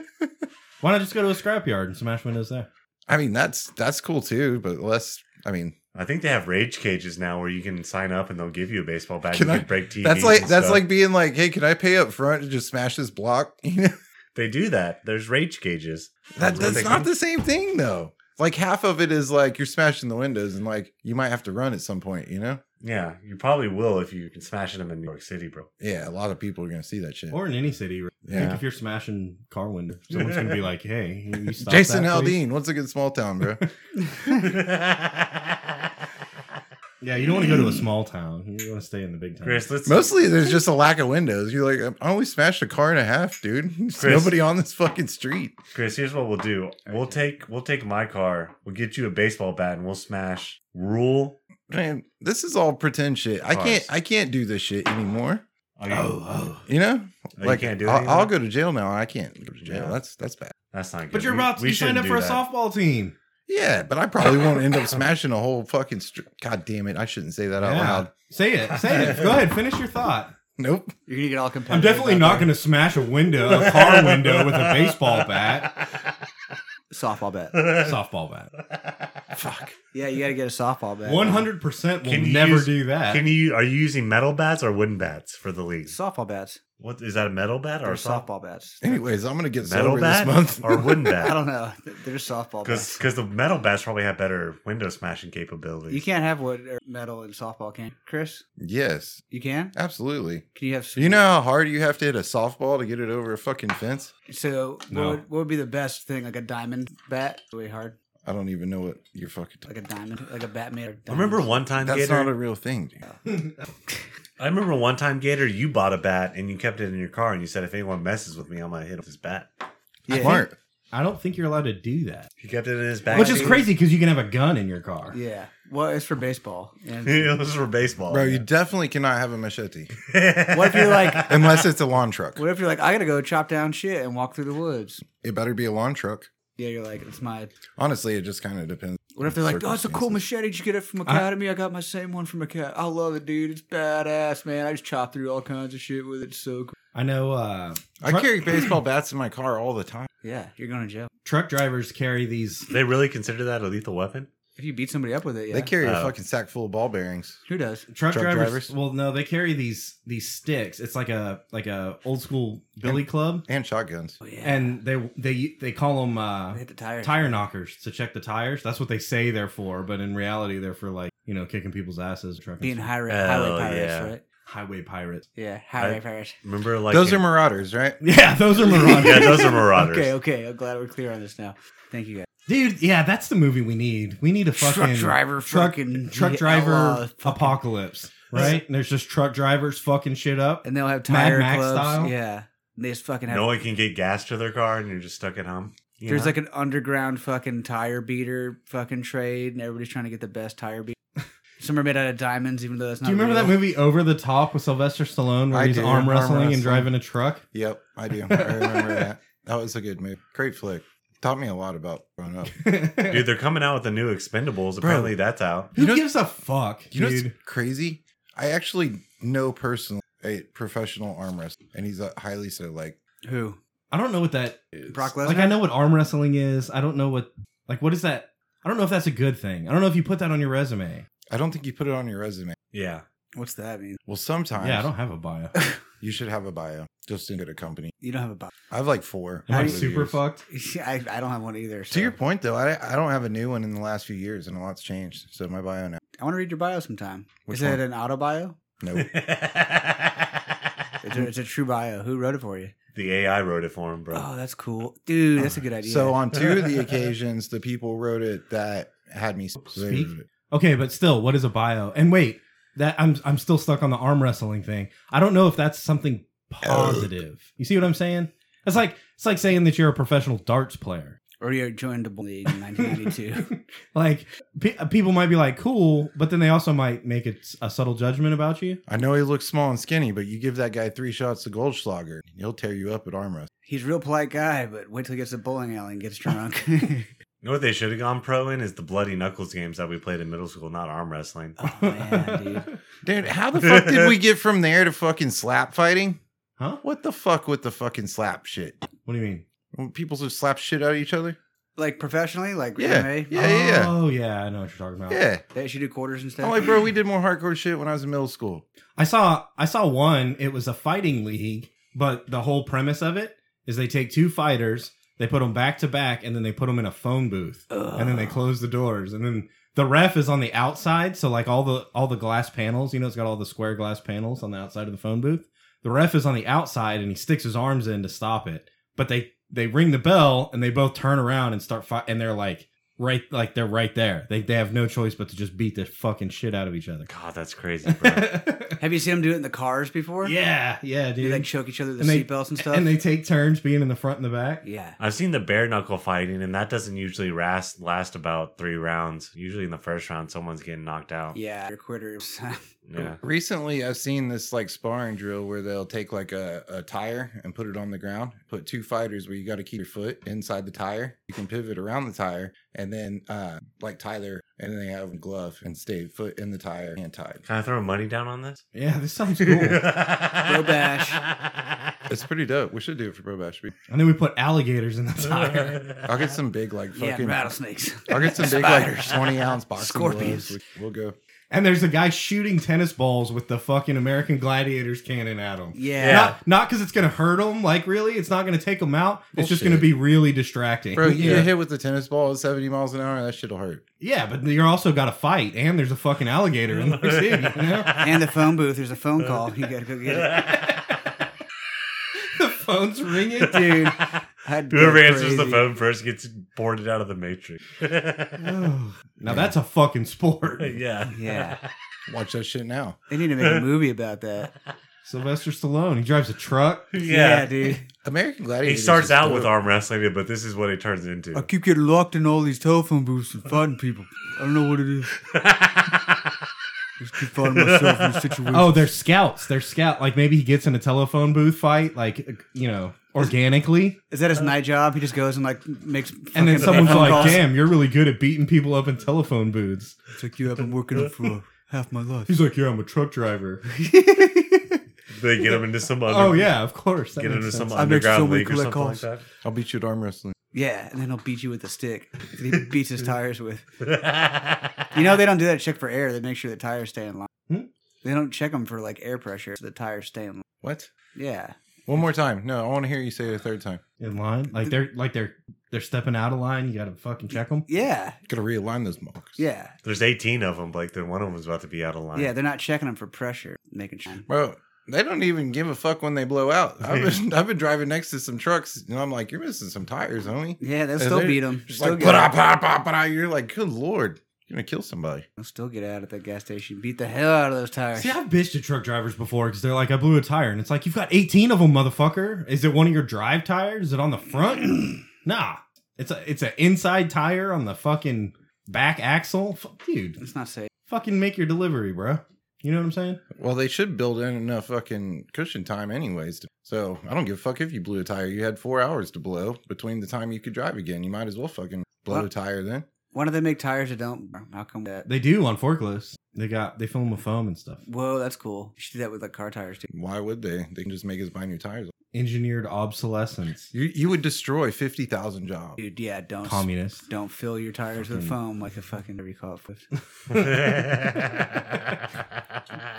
Why not just go to a scrapyard and smash windows there? I mean, that's that's cool too, but less. I mean, I think they have rage cages now where you can sign up and they'll give you a baseball bat. Can you I- can break TVs. that's like and that's stuff. like being like, hey, can I pay up front to just smash this block? You know, they do that. There's rage cages. that, That's what that's they not call- the same thing though. Like half of it is like you're smashing the windows and like you might have to run at some point. You know, Yeah, you probably will if you can smash them in New York City, bro. yeah, a lot of people are gonna see that shit. Or in any city. I think yeah, if you're smashing car windows, someone's going to be like, hey, you- you stop Jason that, please? Aldean, what's a good small town, bro? Yeah, you don't want to go to a small town. You want to stay in the big town. Chris, let's Mostly, there's just a lack of windows. You're like, I only smashed a car and a half, dude. There's Chris. nobody on this fucking street. Chris. Here's what we'll do. We'll take we'll take my car. We'll get you a baseball bat and we'll smash rule. Oh, Man, this is all pretend shit. I can't. Cars. I can't do this shit anymore. Oh, you, You know, oh, you can't do that. I'll, I'll anymore? go to jail now. I can't go to jail. Yeah. That's that's bad. That's not good. But you're We- about to we you signed shouldn't up do for a that. softball team. Yeah, but I probably won't end up smashing a whole fucking. Str- God damn it! I shouldn't say that out Yeah. loud. Say it. Say it. Go ahead. Finish your thought. Nope. You're gonna get all competitive. I'm definitely out not there. going to smash a window, a car window, with a baseball bat. softball bet. Softball bat. Fuck. Yeah, you got to get a softball bet. One hundred percent will Can you never use- do that. Can you are you using metal bats or wooden bats for the leagues? softball bats What is that a metal bat or or a soft softball bats. Anyways, I'm gonna get metal sober bat this month. or wooden I bat? don't know. They're softball Because bats. the metal bats probably have better window smashing capabilities. You can't have wood or metal in softball, can you? Chris? yes, You can? absolutely. Can you have? You know how hard you have to hit a softball to get it over a fucking fence? So No. what, would, what would be the best thing? Like a diamond bat? Really hard. I don't even know what you're fucking. Talking. Like a diamond, like a bat made. of I remember diamonds. one time, That's Gator. not a real thing, dude. I remember one time, Gator. You bought a bat and you kept it in your car, and you said, "If anyone messes with me, I'm gonna hit with this bat." Yeah. Smart. I don't think you're allowed to do that, He kept it in his back, which is crazy because you can have a gun in your car. Yeah. Well, it's for baseball. And it was for baseball, Bro, you definitely cannot have a machete what if you're like? unless it's a lawn truck. What if you're like? I gotta go chop down shit and walk through the woods. It better be a lawn truck. Yeah, you're like, it's my. Honestly, it just kind of depends. What if they're like, oh, it's a cool Circumstances. machete. Did you get it from I- Academy? I, got my same one from Academy. I love it, dude. It's badass, man. I just chop through all kinds of shit with it. It's so cool. I know. Uh, I truck- carry baseball bats in my car all the time. Yeah, you're going to jail truck drivers carry these. they really consider that a lethal weapon? if you beat somebody up with it. Yeah, They carry a Oh. fucking sack full of ball bearings. who does? Truck, Truck drivers, drivers? Well, no, they carry these these sticks. It's like a like a old school billy club, and shotguns. Oh, yeah, and they they they call them uh, They hit the tire. tire knockers to check the tires. That's what they say they're for, but in reality, they're for like you know kicking people's asses, trucking being high rate, Oh, highway pirates, yeah. right? highway pirates. Yeah, highway I- pirates. Remember, like Those are in- marauders, right? Yeah, those are marauders. yeah, those are marauders. Okay, okay. I'm glad we're clear on this now. Thank you guys. Dude, yeah, that's the movie we need. We need a fucking truck driver, truck, fucking truck yeah, driver outlaw, fucking- apocalypse, right? And there's just truck drivers fucking shit up. and they'll have Mad tire Max clubs. style? Yeah, And they just fucking have. No one can get gas to their car, and you're just stuck at home. you there's know? like an underground fucking tire beater fucking trade, and everybody's trying to get the best tire beater. Some are made out of diamonds, even though that's not. Do you remember real. that movie Over the Top with Sylvester Stallone where I he's do, arm arm wrestling and wrestling. driving a truck? Yep, I do. I remember that. That was a good movie. Great flick. Taught me a lot about growing up. dude, they're coming out with the new Expendables. Apparently, that's out. Who You know- gives a fuck, You know dude? what's crazy? I actually know personally a professional arm wrestler, and he's a highly so like Who? I don't know what that is. Brock Like Lesnar? I know what arm wrestling is. I don't know what like what is that? I don't know if that's a good thing. I don't know if you put that on your resume. I don't think you put it on your resume. Yeah. What's that mean? Well, sometimes Yeah, I don't have a bio. you should have a bio just to get a company. You don't have a bio. I have like four. Am How I over do the super years. fucked? I, I don't have one either. So. To your point, though, I, I don't have a new one in the last few years, and a lot's changed. So my bio now. I want to read your bio sometime. Which Is one? it an auto bio? Nope. It's a, it's a true bio. Who wrote it for you? the AI wrote it for him, bro. Oh, that's cool, dude. That's a good idea. so on two of the occasions, the people wrote it that had me Speak? Okay, but still, what is a bio? And wait, that I'm I'm still stuck on the arm wrestling thing. I don't know if that's something positive. You see what I'm saying? It's like it's like saying that you're a professional darts player. or you joined the league in 1992. like pe- uh, people might be like cool, but then they also might make it a subtle judgment about you. I know he looks small and skinny, but you give that guy three shots of Goldschlager, he'll tear you up at arm wrestling. He's a real polite guy, but wait till he gets to the bowling alley and gets drunk. You know what they should have gone pro in is the bloody knuckles games that we played in middle school, not arm wrestling. oh man, dude. Dude, how the fuck did we get from there to fucking slap fighting? Huh? What the fuck with the fucking slap shit? What do you mean? When people just slap shit out of each other? Like professionally, like Yeah. MMA? Yeah, yeah, yeah. Oh yeah, I know what you're talking about. Yeah. They should do quarters and stuff. I'm like, bro, we did more hardcore shit when I was in middle school. I saw I saw one. It was a fighting league, but the whole premise of it is they take two fighters, they put them back to back, and then they put them in a phone booth, and then they close the doors, and then the ref is on the outside. So like all the all the glass panels, you know, it's got all the square glass panels on the outside of the phone booth. The ref is on the outside, and he sticks his arms in to stop it. But they they ring the bell, and they both turn around and start fight, and they're like right like they're right there. They they have no choice but to just beat the fucking shit out of each other. God, that's crazy, bro. Have you seen them do it in the cars before? Yeah, yeah, Do dude. they like, choke each other with And they- seatbelts and stuff? and they take turns being in the front and the back. yeah. I've seen the bare knuckle fighting, and that doesn't usually last, last about three rounds. Usually in the first round, someone's getting knocked out. Yeah. You're quitters. Yeah. Recently, I've seen this like sparring drill where they'll take like a, a tire and put it on the ground, put two fighters where you got to keep your foot inside the tire. You can pivot around the tire and then uh, like Tyler, and then they have a glove and stay foot in the tire and tied. Can I throw money down on this? Yeah, this sounds cool. and Bro It's pretty dope. We should do it for Pro Bash. then we put alligators in the tire. I'll get some big like yeah. fucking. Rattlesnakes. I'll get some big like Spiders. twenty ounce boxing Scorpions. gloves. We- We'll go. and there's a guy shooting tennis balls with the fucking American Gladiators cannon at him. Yeah. Not not because it's gonna hurt him. Like really, it's not gonna take him out. It's just Bullshit. gonna be really distracting. Bro, you yeah. get hit with a tennis ball at 70 miles an hour, that shit'll hurt. yeah, but you're also got to fight, and there's a fucking alligator in the city. You know, And the phone booth. There's a phone call. You gotta go get it. the phone's ringing. Dude. I'd go Whoever answers the crazy. phone first gets boarded out of the matrix. yeah. now that's a fucking sport. Yeah. Watch that shit now. They need to make a movie about that. Sylvester Stallone, he drives a truck. Yeah. dude. American Gladiator. He starts out with arm wrestling, but this is what it turns into. I keep getting locked in all these telephone booths and fighting people. I don't know what it is. Just keep finding myself in situations. Oh, they're scouts. They're scout. Like maybe he gets in a telephone booth fight, like you know, organically, Is that his night job? He just goes and like makes. Uh, and fucking then someone's phone like, calls. "Damn, you're really good at beating people up in telephone booths." It's like you have been working for half my life. He's like, "Yeah, I'm a truck driver." they get him into some under, oh yeah, of course. That get him makes into some sense. I make so underground many league or collect something calls. like I'll beat you at arm wrestling. yeah, and then he'll beat you with a stick that he beats his tires with. that. You know they don't do that check for air. They make sure the tires stay in line. Hmm? They don't check them for like air pressure. So the tires stay in line. What? Yeah, One more time. No, I want to hear you say it a third time. in line. Like they're like they're they're stepping out of line. You got to fucking check them. yeah, Gotta realign those marks. yeah, There's 18 of them, Blake. Then one of them's about to be out of line. yeah. They're not checking them for pressure. Making sure. Bro, they don't even give a fuck when they blow out. I've been, I've been driving next to some trucks and I'm like, you're missing some tires, homie. Yeah, they'll And still they're beat them. Just still like, get "Ba-da, out. ba-da, ba-da, ba-da." you're like, good lord, you're gonna kill somebody. They'll still get out at that gas station. Beat the hell out of those tires. See, I've bitched at truck drivers before because they're like, "I blew a tire," and it's like, "You've got 18 of them, motherfucker. Is it one of your drive tires? Is it on the front? nah, it's a it's an inside tire on the fucking back axle, Fuck, dude." It's not safe. fucking make your delivery, bro. You know what I'm saying? Well, they should build in enough fucking cushion time, anyways. to- so I don't give a fuck if you blew a tire. You had four hours to blow between the time you could drive again. You might as well fucking blow a Well- tire then. Why do they make tires that don't? How come that? They do on forklifts. They got they fill them with foam and stuff. Whoa, that's cool. You should do that with like car tires too. Why would they? They can just make us buy new tires. engineered obsolescence. You you would destroy fifty thousand jobs. Dude, yeah, don't Communist. don't fill your tires with Fucking- foam like a fucking whatever you call it. But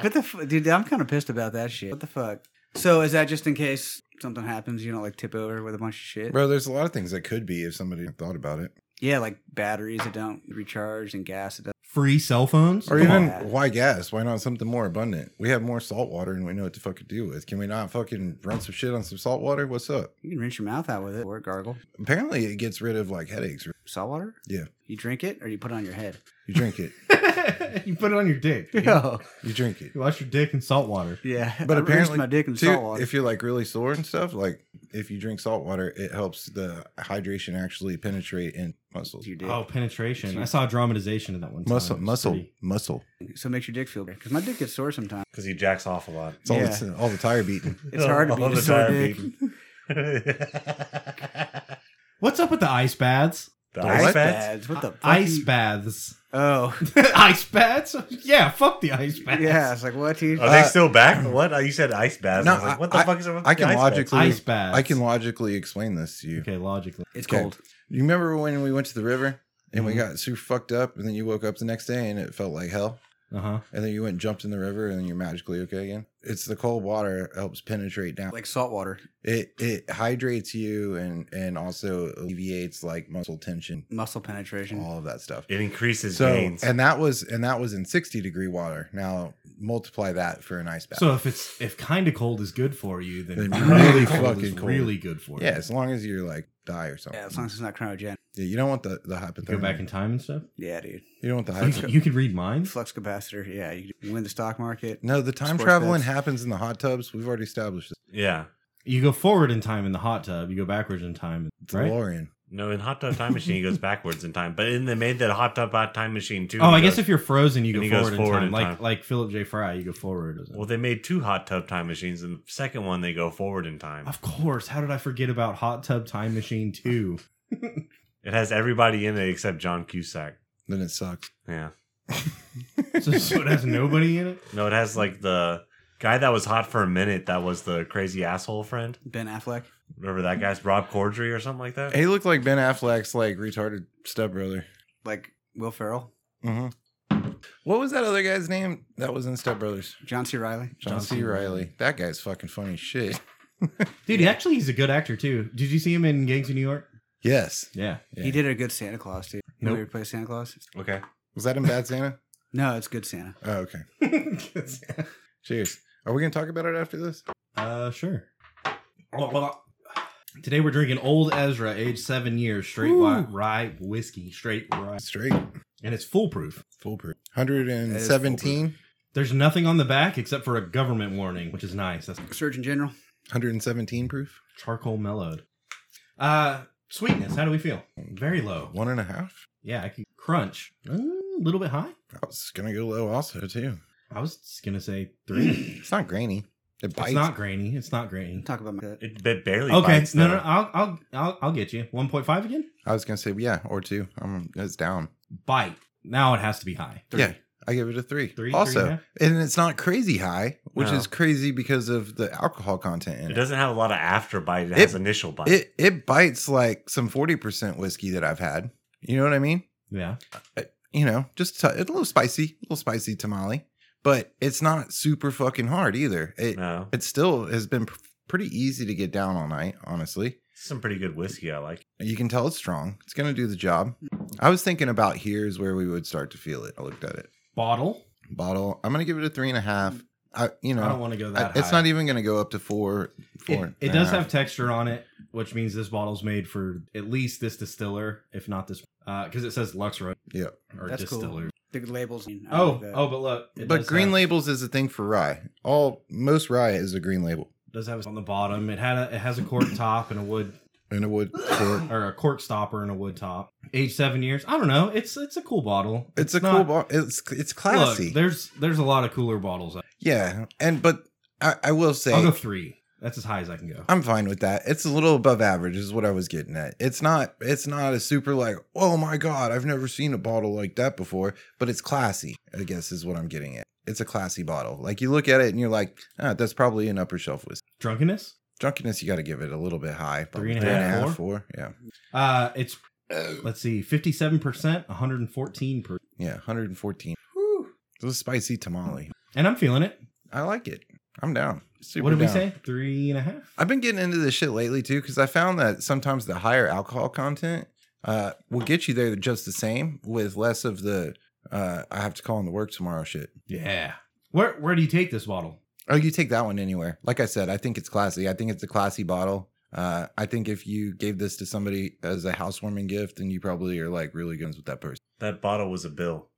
But the f- dude, I'm kind of pissed about that shit. What the fuck? So is that just in case something happens, you don't like tip over with a bunch of shit? Bro, there's a lot of things that could be if somebody thought about it. Yeah, like batteries that don't recharge and gas that doesn't. Free cell phones? Or Come even on. on. why gas? Why not something more abundant? We have more salt water and we know what to fucking do with. Can we not fucking run some shit on some salt water? What's up? You can rinse your mouth out with it or gargle. Apparently, it gets rid of like headaches. Salt water? Yeah. You drink it or you put it on your head? You drink it. you put it on your dick. dude. No. You drink it. You wash your dick in salt water. Yeah. But I rinsed apparently, my dick in too, salt water. if you're like really sore and stuff, like if you drink salt water, it helps the hydration actually penetrate in muscles. your dick. Oh, penetration. I saw a dramatization of that one time. Muscle, It was muscle, pretty- muscle. So it makes your dick feel better. Because my dick gets sore sometimes. Because he jacks off a lot. It's all, Yeah. it's, all the tire beating. It's hard to All beat a the sore time dick. beating. the What's up with the ice baths? What? ice baths? baths? What the fuck? ice you- baths. Oh. ice baths? Yeah, fuck the ice baths. Yeah. It's like, what, dude? Are they Uh, still back? What? Oh, You said ice baths. No, I was like, what the I- fuck is up with I the can ice baths? logically, Ice baths. I can logically explain this to you. Okay, logically. it's okay. cold. You remember when we went to the river and we Mhm. got super fucked up, and then you woke up the next day and it felt like hell, Uh huh. and then you went and jumped in the river, and then you're magically okay again. It's the cold water helps penetrate down. Like salt water. it it hydrates you and and also alleviates like muscle tension, Muscle penetration. all of that stuff. It increases So gains. and that was and that was in 60 degree water. Now multiply that for an ice bath. So if it's if kind of cold is good for you, then Then really really cold is fucking cold. really good for yeah, you. as long as you're like die or something. Yeah, as long as it's not cryogenic. Yeah, you don't want the the hypothermia. Go back in time and stuff. Yeah, dude. you don't want the You, hypothermia. c- you could read minds. Flux capacitor. Yeah, you can win the stock market. No, the time Sports traveling beds. happens in the hot tubs. We've already established this. yeah. You go forward in time in the hot tub. You go backwards in time, right? DeLorean. No, in Hot Tub Time Machine, he goes backwards in time. But then they made that Hot Tub Time Machine too. Oh, I He guess goes- if you're frozen, you and go he goes forward, in, forward time. in Like time. like Philip J. Fry, you go forward. Well, they made two Hot Tub Time Machines, and the second one, they go forward in time. of course. How did I forget about Hot Tub Time Machine Two? It has everybody in it except John Cusack. Then it sucks. Yeah. So, so it has nobody in it. No, it has like the guy that was hot for a minute that was the crazy asshole friend. Ben Affleck. Remember that guy's Rob Corddry or something like that? He looked like Ben Affleck's like retarded stepbrother. Like Will Ferrell. Mm-hmm. What was that other guy's name that was in Step Brothers? John C. Riley. John, John C. C. Riley. That guy's fucking funny as shit. Dude, actually, he's a good actor too. Did you see him in Gangs of New York? Yes. Yeah. Yeah. He did a good Santa Claus, dude. You know Nope. where he plays Santa Claus? Okay. Was that in Bad Santa? No, it's good Santa. Oh, okay. uh, Cheers. Are we gonna talk about it after this? sure. Today we're drinking Old Ezra, age seven years, straight rye, rye whiskey, straight rye, Straight. and it's foolproof. Foolproof. 117. There's nothing on the back except for a government warning, which is nice. That's Surgeon General. 117 proof. charcoal mellowed. Uh, sweetness. How do we feel? Very low. One and a half. Yeah, I could crunch. Mm, A little bit high. I was gonna go low also too. I was just gonna say three. It's not grainy. It bites. it's not grainy. It's not grainy. Talk about my It, it barely. Okay, bites, no, though. no, no, I'll, I'll, I'll, I'll get you. One point five again. I was gonna say yeah or two. Um, it's down. Bite. Now it has to be high. Three. Yeah, I give it a three. Three, also, three and a half? and, it's not crazy high, which No. is crazy because of the alcohol content in It it. doesn't have a lot of after bite. It, has initial bite. It it bites like some forty percent whiskey that I've had. You know what I mean? Yeah. You know, just a tou- it's a little spicy, a little spicy tamale, but it's not super fucking hard either. It no, it still has been pr- pretty easy to get down all night. Honestly, it's some pretty good whiskey. I like. You can tell it's strong. It's going to do the job. I was thinking about here's where we would start to feel it. I looked at it. Bottle. Bottle. I'm going to give it a three and a half. I, you I don't know, want to go I- that high. it's not even going to go up to four. Four. It, and it a does half. have texture on it, which means this bottle's made for at least this distiller, if not this, because it says Lux Road Yeah. or That's cool. distiller. the labels. I Oh, like that. oh, but look, it but does green have- labels is a thing for rye. All most rye is a green label does have it on the bottom. It had a, it has a cork top and a wood and it would. for- or a cork stopper and a wood top. Age seven years. I don't know. It's it's a cool bottle. It's a cool not- bottle. It's it's Look, classy. there's there's a lot of cooler bottles. out yeah, and but I, I will say I'll go three. That's as high as I can go. I'm fine with that. It's a little above average, is what I was getting at. It's not it's not a super like, oh my god, I've never seen a bottle like that before, but it's classy, I guess is what I'm getting at. It's a classy bottle. Like you look at it and you're like, ah, that's probably an upper shelf whiskey. Drunkenness. drunkenness, you got to give it a little bit high. Three and a probably half, four. Yeah. Uh, it's Oh. let's see, fifty-seven percent, one hundred and fourteen percent, Yeah. 114. It was a spicy tamale. and I'm feeling it. I like it. I'm down. Super what did we down. say? Three and a half. I've been getting into this shit lately too because I found that sometimes the higher alcohol content uh, will get you there just the same with less of the uh, I have to call in the work tomorrow shit. yeah. Where where do you take this bottle? Oh, you take that one anywhere. Like I said, I think it's classy. I think it's a classy bottle. Uh, I think if you gave this to somebody as a housewarming gift, then you probably are like really good with that person. That bottle was a bill.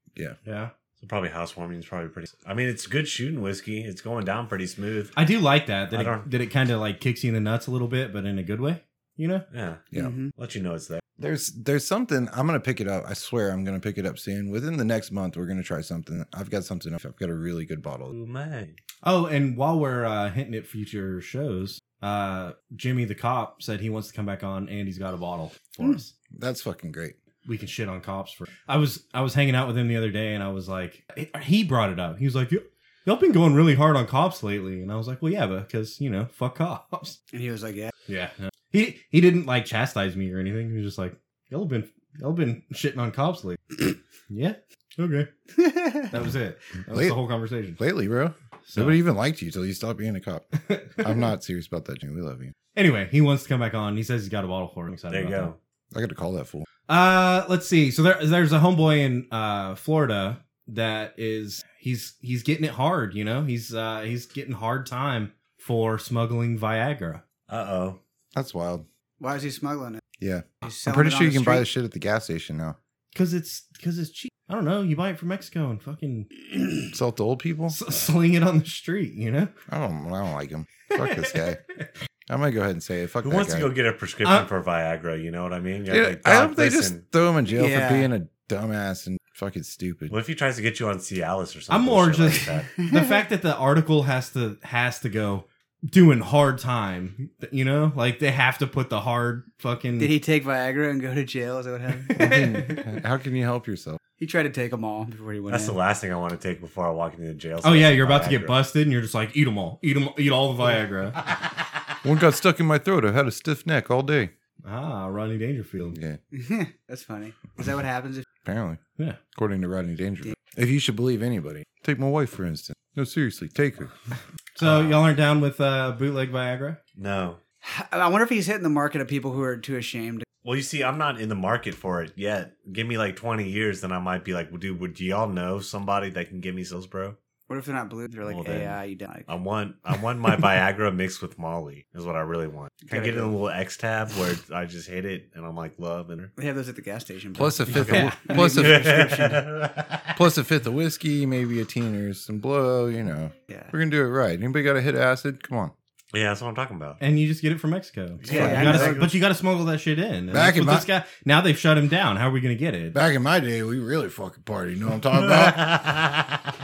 Yeah. So probably housewarming is probably pretty. I mean, it's good shooting whiskey. It's going down pretty smooth. I do like that. I That it, don't- that it kind of like kicks you in the nuts a little bit, but in a good way. You know. Yeah, Yeah. Mhm. let you know it's there. There's there's something I'm gonna pick it up. I swear I'm gonna pick it up soon. Within the next month, we're gonna try something. I've got something. I've got a really good bottle. Ooh, man. Oh, and while we're uh, hinting at future shows, uh, Jimmy the cop said he wants to come back on, and he's got a bottle for Hmm. us. That's fucking great. we can shit on cops for. I was I was hanging out with him the other day, and I was like, he brought it up. He was like, "Y- y'all been going really hard on cops lately, and I was like, well, yeah, but because you know, fuck cops. And he was like, "Yeah, Yeah. He he didn't like chastise me or anything. He was just like, y'all been y'all been shitting on cops lately. yeah. Okay. That was it. That was Late- the whole conversation. Lately, bro. So- Nobody even liked you till you stopped being a cop. I'm not serious about that, Jimmy. We love you. anyway, he wants to come back on. He says he's got a bottle for him. I'm excited There you about that. go. I got to call that fool. Uh, let's see. So there, there's a homeboy in uh Florida that is he's he's getting it hard. You know, he's uh he's getting hard time for smuggling Viagra. Uh oh. That's wild. why is he smuggling it?" Yeah, He's I'm selling pretty it sure on you the can buy street? this shit at the gas station now. Cause it's cause it's cheap. I don't know. You buy it from Mexico and fucking Sell to old people? s- sling it on the street. You know. I don't. I don't like him. Fuck this guy. I'm gonna go ahead and say it. Fuck Who that wants guy. to go get a prescription Uh, for Viagra? You know what I mean? You're Yeah, like, I "Doc, hope they just listen, throw him in jail Yeah. for being a dumbass and fucking stupid. What if he tries to get you on Cialis or something? I'm more just- the fact that the article has to has to go doing hard time. You know, like they have to put the hard fucking. Did he take Viagra and go to jail? Is that what happened? I mean, how can you help yourself? he tried to take them all before he went. That's the in. last thing I want to take before I walk into the jail. Oh cell yeah, is you're about to Viagra. get busted, and you're just like, eat them all, eat them, eat all the Viagra. One got stuck in my throat. I had a stiff neck all day. Ah, Ronnie Dangerfield. Yeah, That's funny. Is that what happens? If- apparently. Yeah. According to Rodney Dangerfield. If you should believe anybody, take my wife for instance. No, seriously, take her. So y'all aren't down with uh, bootleg Viagra? No. I wonder if he's hitting the market of people who are too ashamed. Well, you see, I'm not in the market for it yet. Give me like 20 years, then I might be like, well, dude, would y'all know somebody that can give me sales, bro? What if they're not blue? They're like, Well, then- "AI, you don't." I want, I want my Viagra mixed with Molly is what I really want. Can I Gotta get in go. a little X tab where I just hit it and I'm like, love and They have those at the gas station. bro. Plus a fifth. Okay. Of, plus a her. plus a fifth of whiskey, maybe a teener, some blow. You know, yeah. we're gonna do it right. Anybody got a hit of acid? Come on. yeah, that's what I'm talking about. And you just get it from Mexico. Yeah, You I gotta- know. but you got to smuggle that shit in. And Back that's in what my- this guy. Now they've shut him down. How are we gonna get it? Back in my day, we really fucking party. You know what I'm talking about? Hell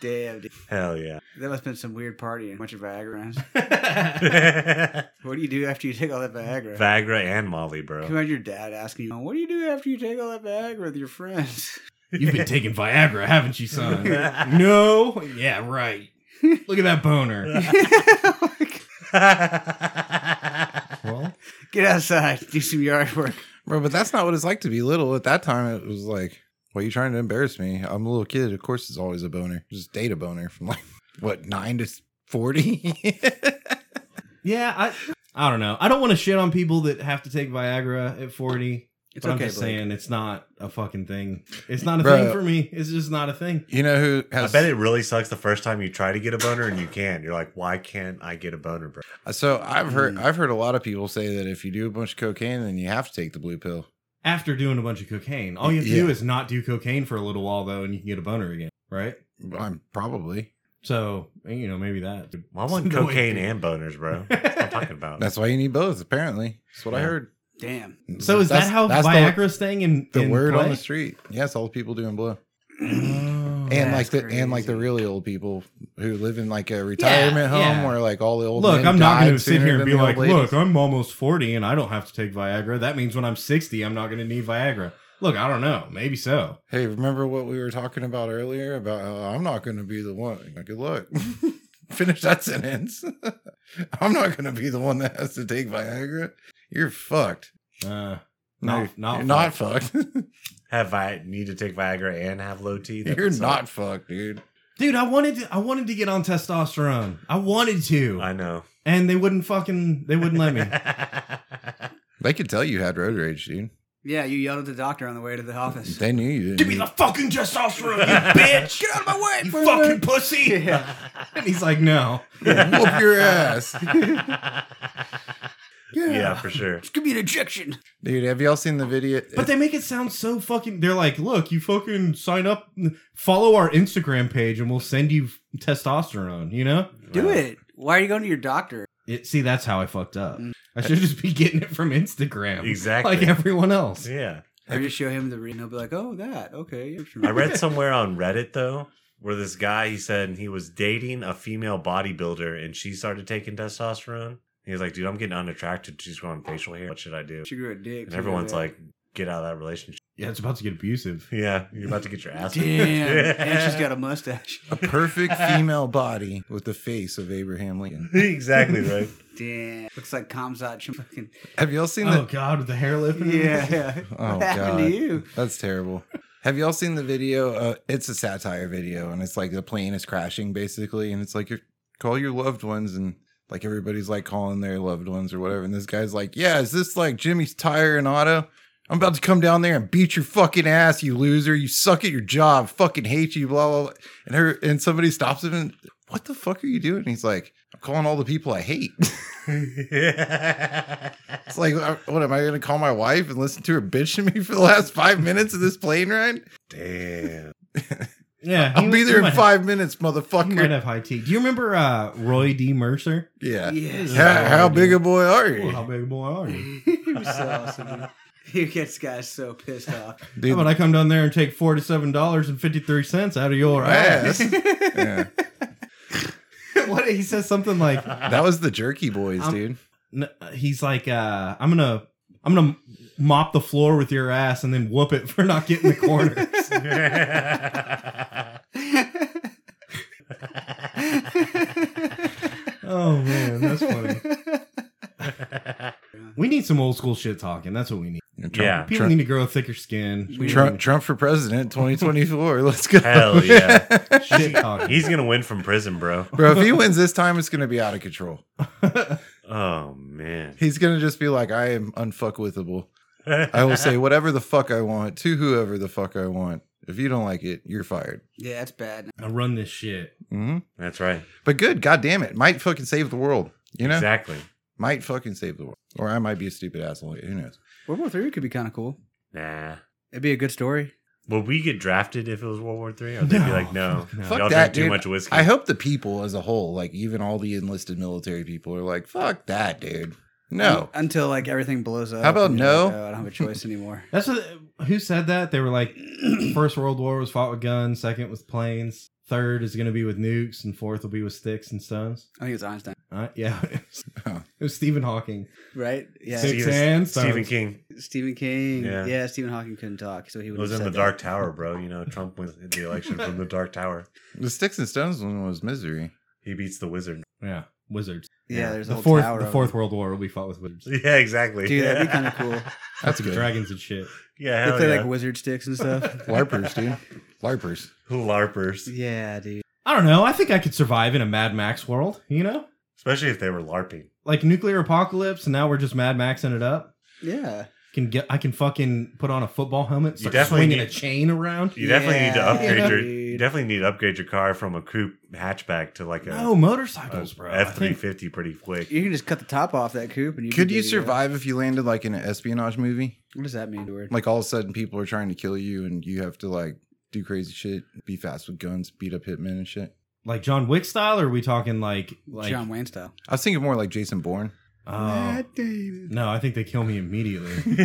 Damn, dude. yeah. that must have been some weird party and bunch of Viagra. What do you do after you take all that Viagra? Viagra and Can Molly, you bro. imagine your dad asking you, "What do you do after you take all that Viagra with your friends?" You've been taking Viagra, haven't you, son? no. Yeah, right. Look at that boner. Well, Get outside, do some yard work. Bro, but that's not what it's like to be little. At that time, it was like, "Well, you trying to embarrass me? I'm a little kid. Of course, it's always a boner. Just date a boner from like what nine to forty. yeah. I I don't know. I don't want to shit on people that have to take Viagra at forty. It's but okay, I'm just Blake. saying it's not a fucking thing. It's not a Bro. thing for me. It's just not a thing. you know who I has? bet it really sucks the first time you try to get a boner and you can. You're like, why can't I get a boner, bro? So I've heard Mm. I've heard a lot of people say that if you do a bunch of cocaine, then you have to take the blue pill. after doing a bunch of cocaine. All you have to Yeah. do is not do cocaine for a little while though, and you can get a boner again, right? I'm probably. So you know maybe that. Well, I want No, cocaine it- and boners, bro. That's what I'm talking about. That's why you need both. Apparently, that's what I Yeah. heard. Damn. So is That's- that how that's the- Viagra's thing in The in word on play? the street. Yes, all the people doing blow. Oh. and like That's the and like the crazy. really old people who live in like a retirement home yeah. where like all the old look, men I'm not going died to sit sooner here and than be the old like, ladies. look, I'm almost forty and I don't have to take Viagra. That means when I'm sixty, I'm not going to need Viagra. Look, I don't know. Maybe so. hey, remember what we were talking about earlier about uh, I'm not going to be the one. Like, Good luck. Finish that sentence. I'm not going to be the one that has to take Viagra. You're fucked. Uh, No, Not- not you're not fucked. Have I need to take Viagra and have low T? That you're would suck. not fucked, dude. dude, I wanted to. I wanted to get on testosterone. I wanted to, I know. and they wouldn't fucking. They wouldn't let me. They could tell you had road rage, dude. Yeah, you yelled at the doctor on the way to the office. They knew you. Didn't. Give me the fucking testosterone, you bitch! Get out of my way, you fucking pussy! And he's like, no. whoop your ass. yeah, for sure. Just give me an injection. dude. Have y'all seen the video? But they make it sound so fucking. They're like, look, you fucking sign up, follow our Instagram page, and we'll send you testosterone. You know? Do Wow. it. Why are you going to your doctor? It, see, that's how I fucked up. Mm. I should just be getting it from Instagram, Exactly. like everyone else. yeah. Or just show him the read and he'll be like, oh, that. Okay. yeah, sure." I read somewhere on Reddit though, where this guy he said he was dating a female bodybuilder and she started taking testosterone. He was like, "Dude, I'm getting unattracted. She's growing facial hair. What should I do?" She grew a dick. And everyone's like, "Get out of that relationship." Yeah, it's about to get abusive. Yeah, you're about to get your ass. damn. and she's got a mustache. a perfect female body with the face of Abraham Lincoln. exactly right. Damn. Looks like Kamzat. Chim- fucking- Have y'all seen the? Oh God, with the hair lip. and everything. Yeah. yeah. Oh, what God. happened to you? That's terrible. Have y'all seen the video? Uh, it's a satire video, and it's like the plane is crashing basically, and it's like you call your loved ones, and like everybody's like calling their loved ones or whatever. And this guy's like, "Yeah, is this like Jimmy's tire and auto? I'm about to come down there and beat your fucking ass, you loser. You suck at your job. Fucking hate you. Blah blah." blah. And her and somebody stops him and, "What the fuck are you doing?" And he's like, "I'm calling all the people I hate." It's like, uh, what am I going to call my wife and listen to her bitch to me for the last five minutes of this plane ride? Damn. yeah. I'll he- be he there might in have- five minutes, He might motherfucker. have high tea. Do you remember uh, Roy D. Mercer? Yeah. Yes. How, how big a boy are Oh, how you? big boy are you? He was so awesome. Dude. You get this guy so pissed off. How about Dude, I come down there and take four to seven dollars and fifty three cents out of your ass. ass? Yeah. what he says something like That was the jerky boys, Um, dude. n- he's like uh, I'm gonna I'm gonna mop the floor with your ass and then whoop it for not getting the corner. oh man, that's funny. We need some old school shit talking. That's what we need. Trump, Yeah. People Trump, need to grow a thicker skin. We- Trump, Trump for president 2024. Let's go. Hell yeah. shit talking. He's gonna win from prison, bro. Bro, if he wins this time, it's going to be out of control. Oh man. He's going to just be like, I am unfuckwithable. I will say whatever the fuck I want to whoever the fuck I want. If you don't like it, you're fired. Yeah, that's bad. I run this shit. hmm That's right. But good, god damn it, might fucking save the world. You know, Exactly. might fucking save the world, or I might be a stupid asshole. Who knows? World War Three could be kind of cool. Nah. It'd be a good story. Would we get drafted if it was World War Three? Or they'd be like, no, fuck no. Fuck y'all that, drink dude. too much whiskey. I hope the people as a whole, like even all the enlisted military people, are like, "Fuck that, dude." No, Until like everything blows up. How about and you're like, no? "Oh, I don't have a choice anymore. That's what, who said that? They were like, first World War was fought with guns, second with planes, third is going to be with nukes, and fourth will be with sticks and stones. I think it's Einstein, Uh, yeah, it Oh. was, it was Stephen Hawking. right? Yeah. Six and stones. Stephen King Stephen King. Yeah. Yeah. Stephen Hawking couldn't talk, so he It would was have in the said Dark Tower, bro. You know, Trump wins the election from the Dark Tower. the sticks and stones one was misery. He beats the wizard. Yeah, wizards. that. Yeah, there's a the whole fourth, tower. the of fourth them. World War will be fought with wizards, Yeah, exactly. Dude, that'd be kind Yeah. of cool. That's good. dragons and shit. Yeah, They hell play yeah. like wizard sticks and stuff. Larpers, dude. Larpers. larpers, yeah, dude. I don't know. I think I could survive in a Mad Max world. You know, especially if they were larping. like nuclear apocalypse, and now we're just Mad Maxing it up. Yeah. Can get I can fucking put on a football helmet, You start definitely swinging need- a chain around. You definitely need to Yeah, upgrade your. dude. You definitely need to upgrade your car from a coupe hatchback to like No a motorcycles, bro. I F three think- fifty pretty quick. You can just cut the top off that coop and you Could be you good to go. survive if you landed like in an espionage movie? What does that mean, Dude? Like all of a sudden, people are trying to kill you, and you have to like do crazy shit, be fast with guns, beat up hitmen and shit. like John Wick style, or are we talking like like John Wayne style. I was thinking more like Jason Bourne. Oh. No, I think they kill me immediately. You're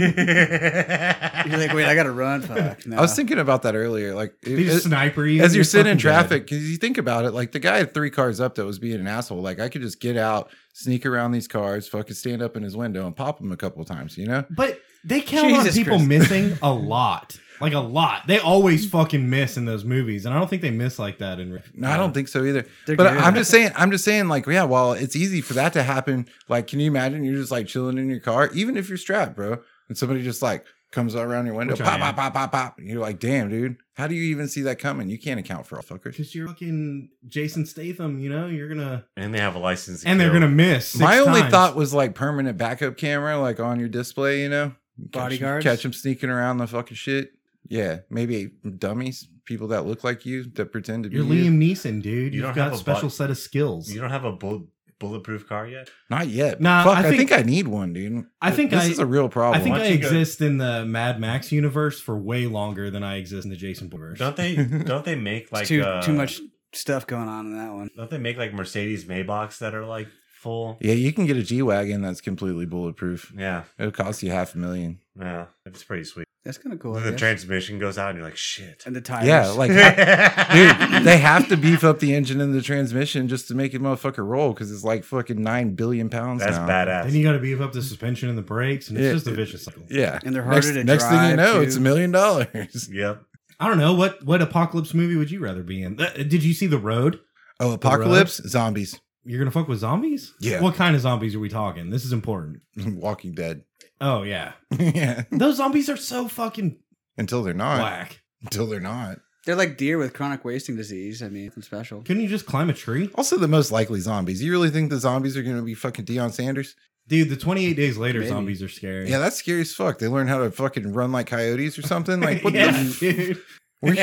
like, wait, I gotta run. Fuck. No. I was thinking about that earlier. Like, it- They just it- sniper you. as you're sitting in fucking traffic, because you think about it, like the guy had three cars up that was being an asshole. Like, I could just get out, sneak around these cars, fucking stand up in his window and pop him a couple times, you know? dead. But they count Jesus on people Christ. missing a lot. Like a lot. They always fucking miss in those movies, and I don't think they miss like that in. No, I don't think so either. They're But good. I'm just saying, I'm just saying, like, yeah, while it's easy for that to happen, like, can you imagine you're just like chilling in your car, even if you're strapped, bro, and somebody just like comes around your window, Which I pop, am. pop, pop, pop, pop. And you're like, damn, dude, how do you even see that coming? You can't account for all fuckers. because you're fucking Jason Statham. You know you're gonna and they have a license. to and they're kill. gonna miss. six My only times. thought was like permanent backup camera, like on your display, you know, Catch 'em- Bodyguards? catch them sneaking around the fucking shit. Yeah, maybe dummies, people that look like you that pretend to be you're you. Liam Neeson, dude. You You don't have have got a special butt- set of skills. You don't have a bull- bulletproof car yet. Not yet. but Nah, fuck, I I think, think- I need one, dude. I think this I- is a real problem. I think Why I don't you go- exist in the Mad Max universe for way longer than I exist in the Jason universe. Don't they? don't they make like It's too uh, too much stuff going on in that one. Don't they make like Mercedes Maybachs that are like full? Yeah, you can get a G wagon that's completely bulletproof. Yeah, It'll cost you half a million. yeah, it's pretty sweet. That's kind of cool. I the guess. transmission goes out, and you're like, shit. and the tires. Yeah, like dude, Dude, they have to beef up the engine and the transmission just to make it motherfucker roll because it's like fucking nine billion pounds. that's now. badass. Then you got to beef up the suspension and the brakes, and it's Yeah. just a vicious cycle. Yeah, And they're harder next, to next thing you drive, know, too. it's a million dollars. yep. I don't know what what apocalypse movie would you rather be in. Uh, Did you see The Road? Oh, apocalypse, zombies, You're gonna fuck with zombies? Yeah. What kind of zombies are we talking? This is important. Walking Dead. Oh yeah, yeah, those zombies are so fucking until they're not. whack. Until they're not. They're like deer with chronic wasting disease. I mean, nothing special. Couldn't you just climb a tree, Also, the most likely zombies. You really think the zombies are going to be fucking Deion Sanders? dude? The 28 days later Maybe. zombies are scary. Yeah, that's scary as fuck. They learn how to fucking run like coyotes or something. Like, what Yeah, the f- dude. We, we've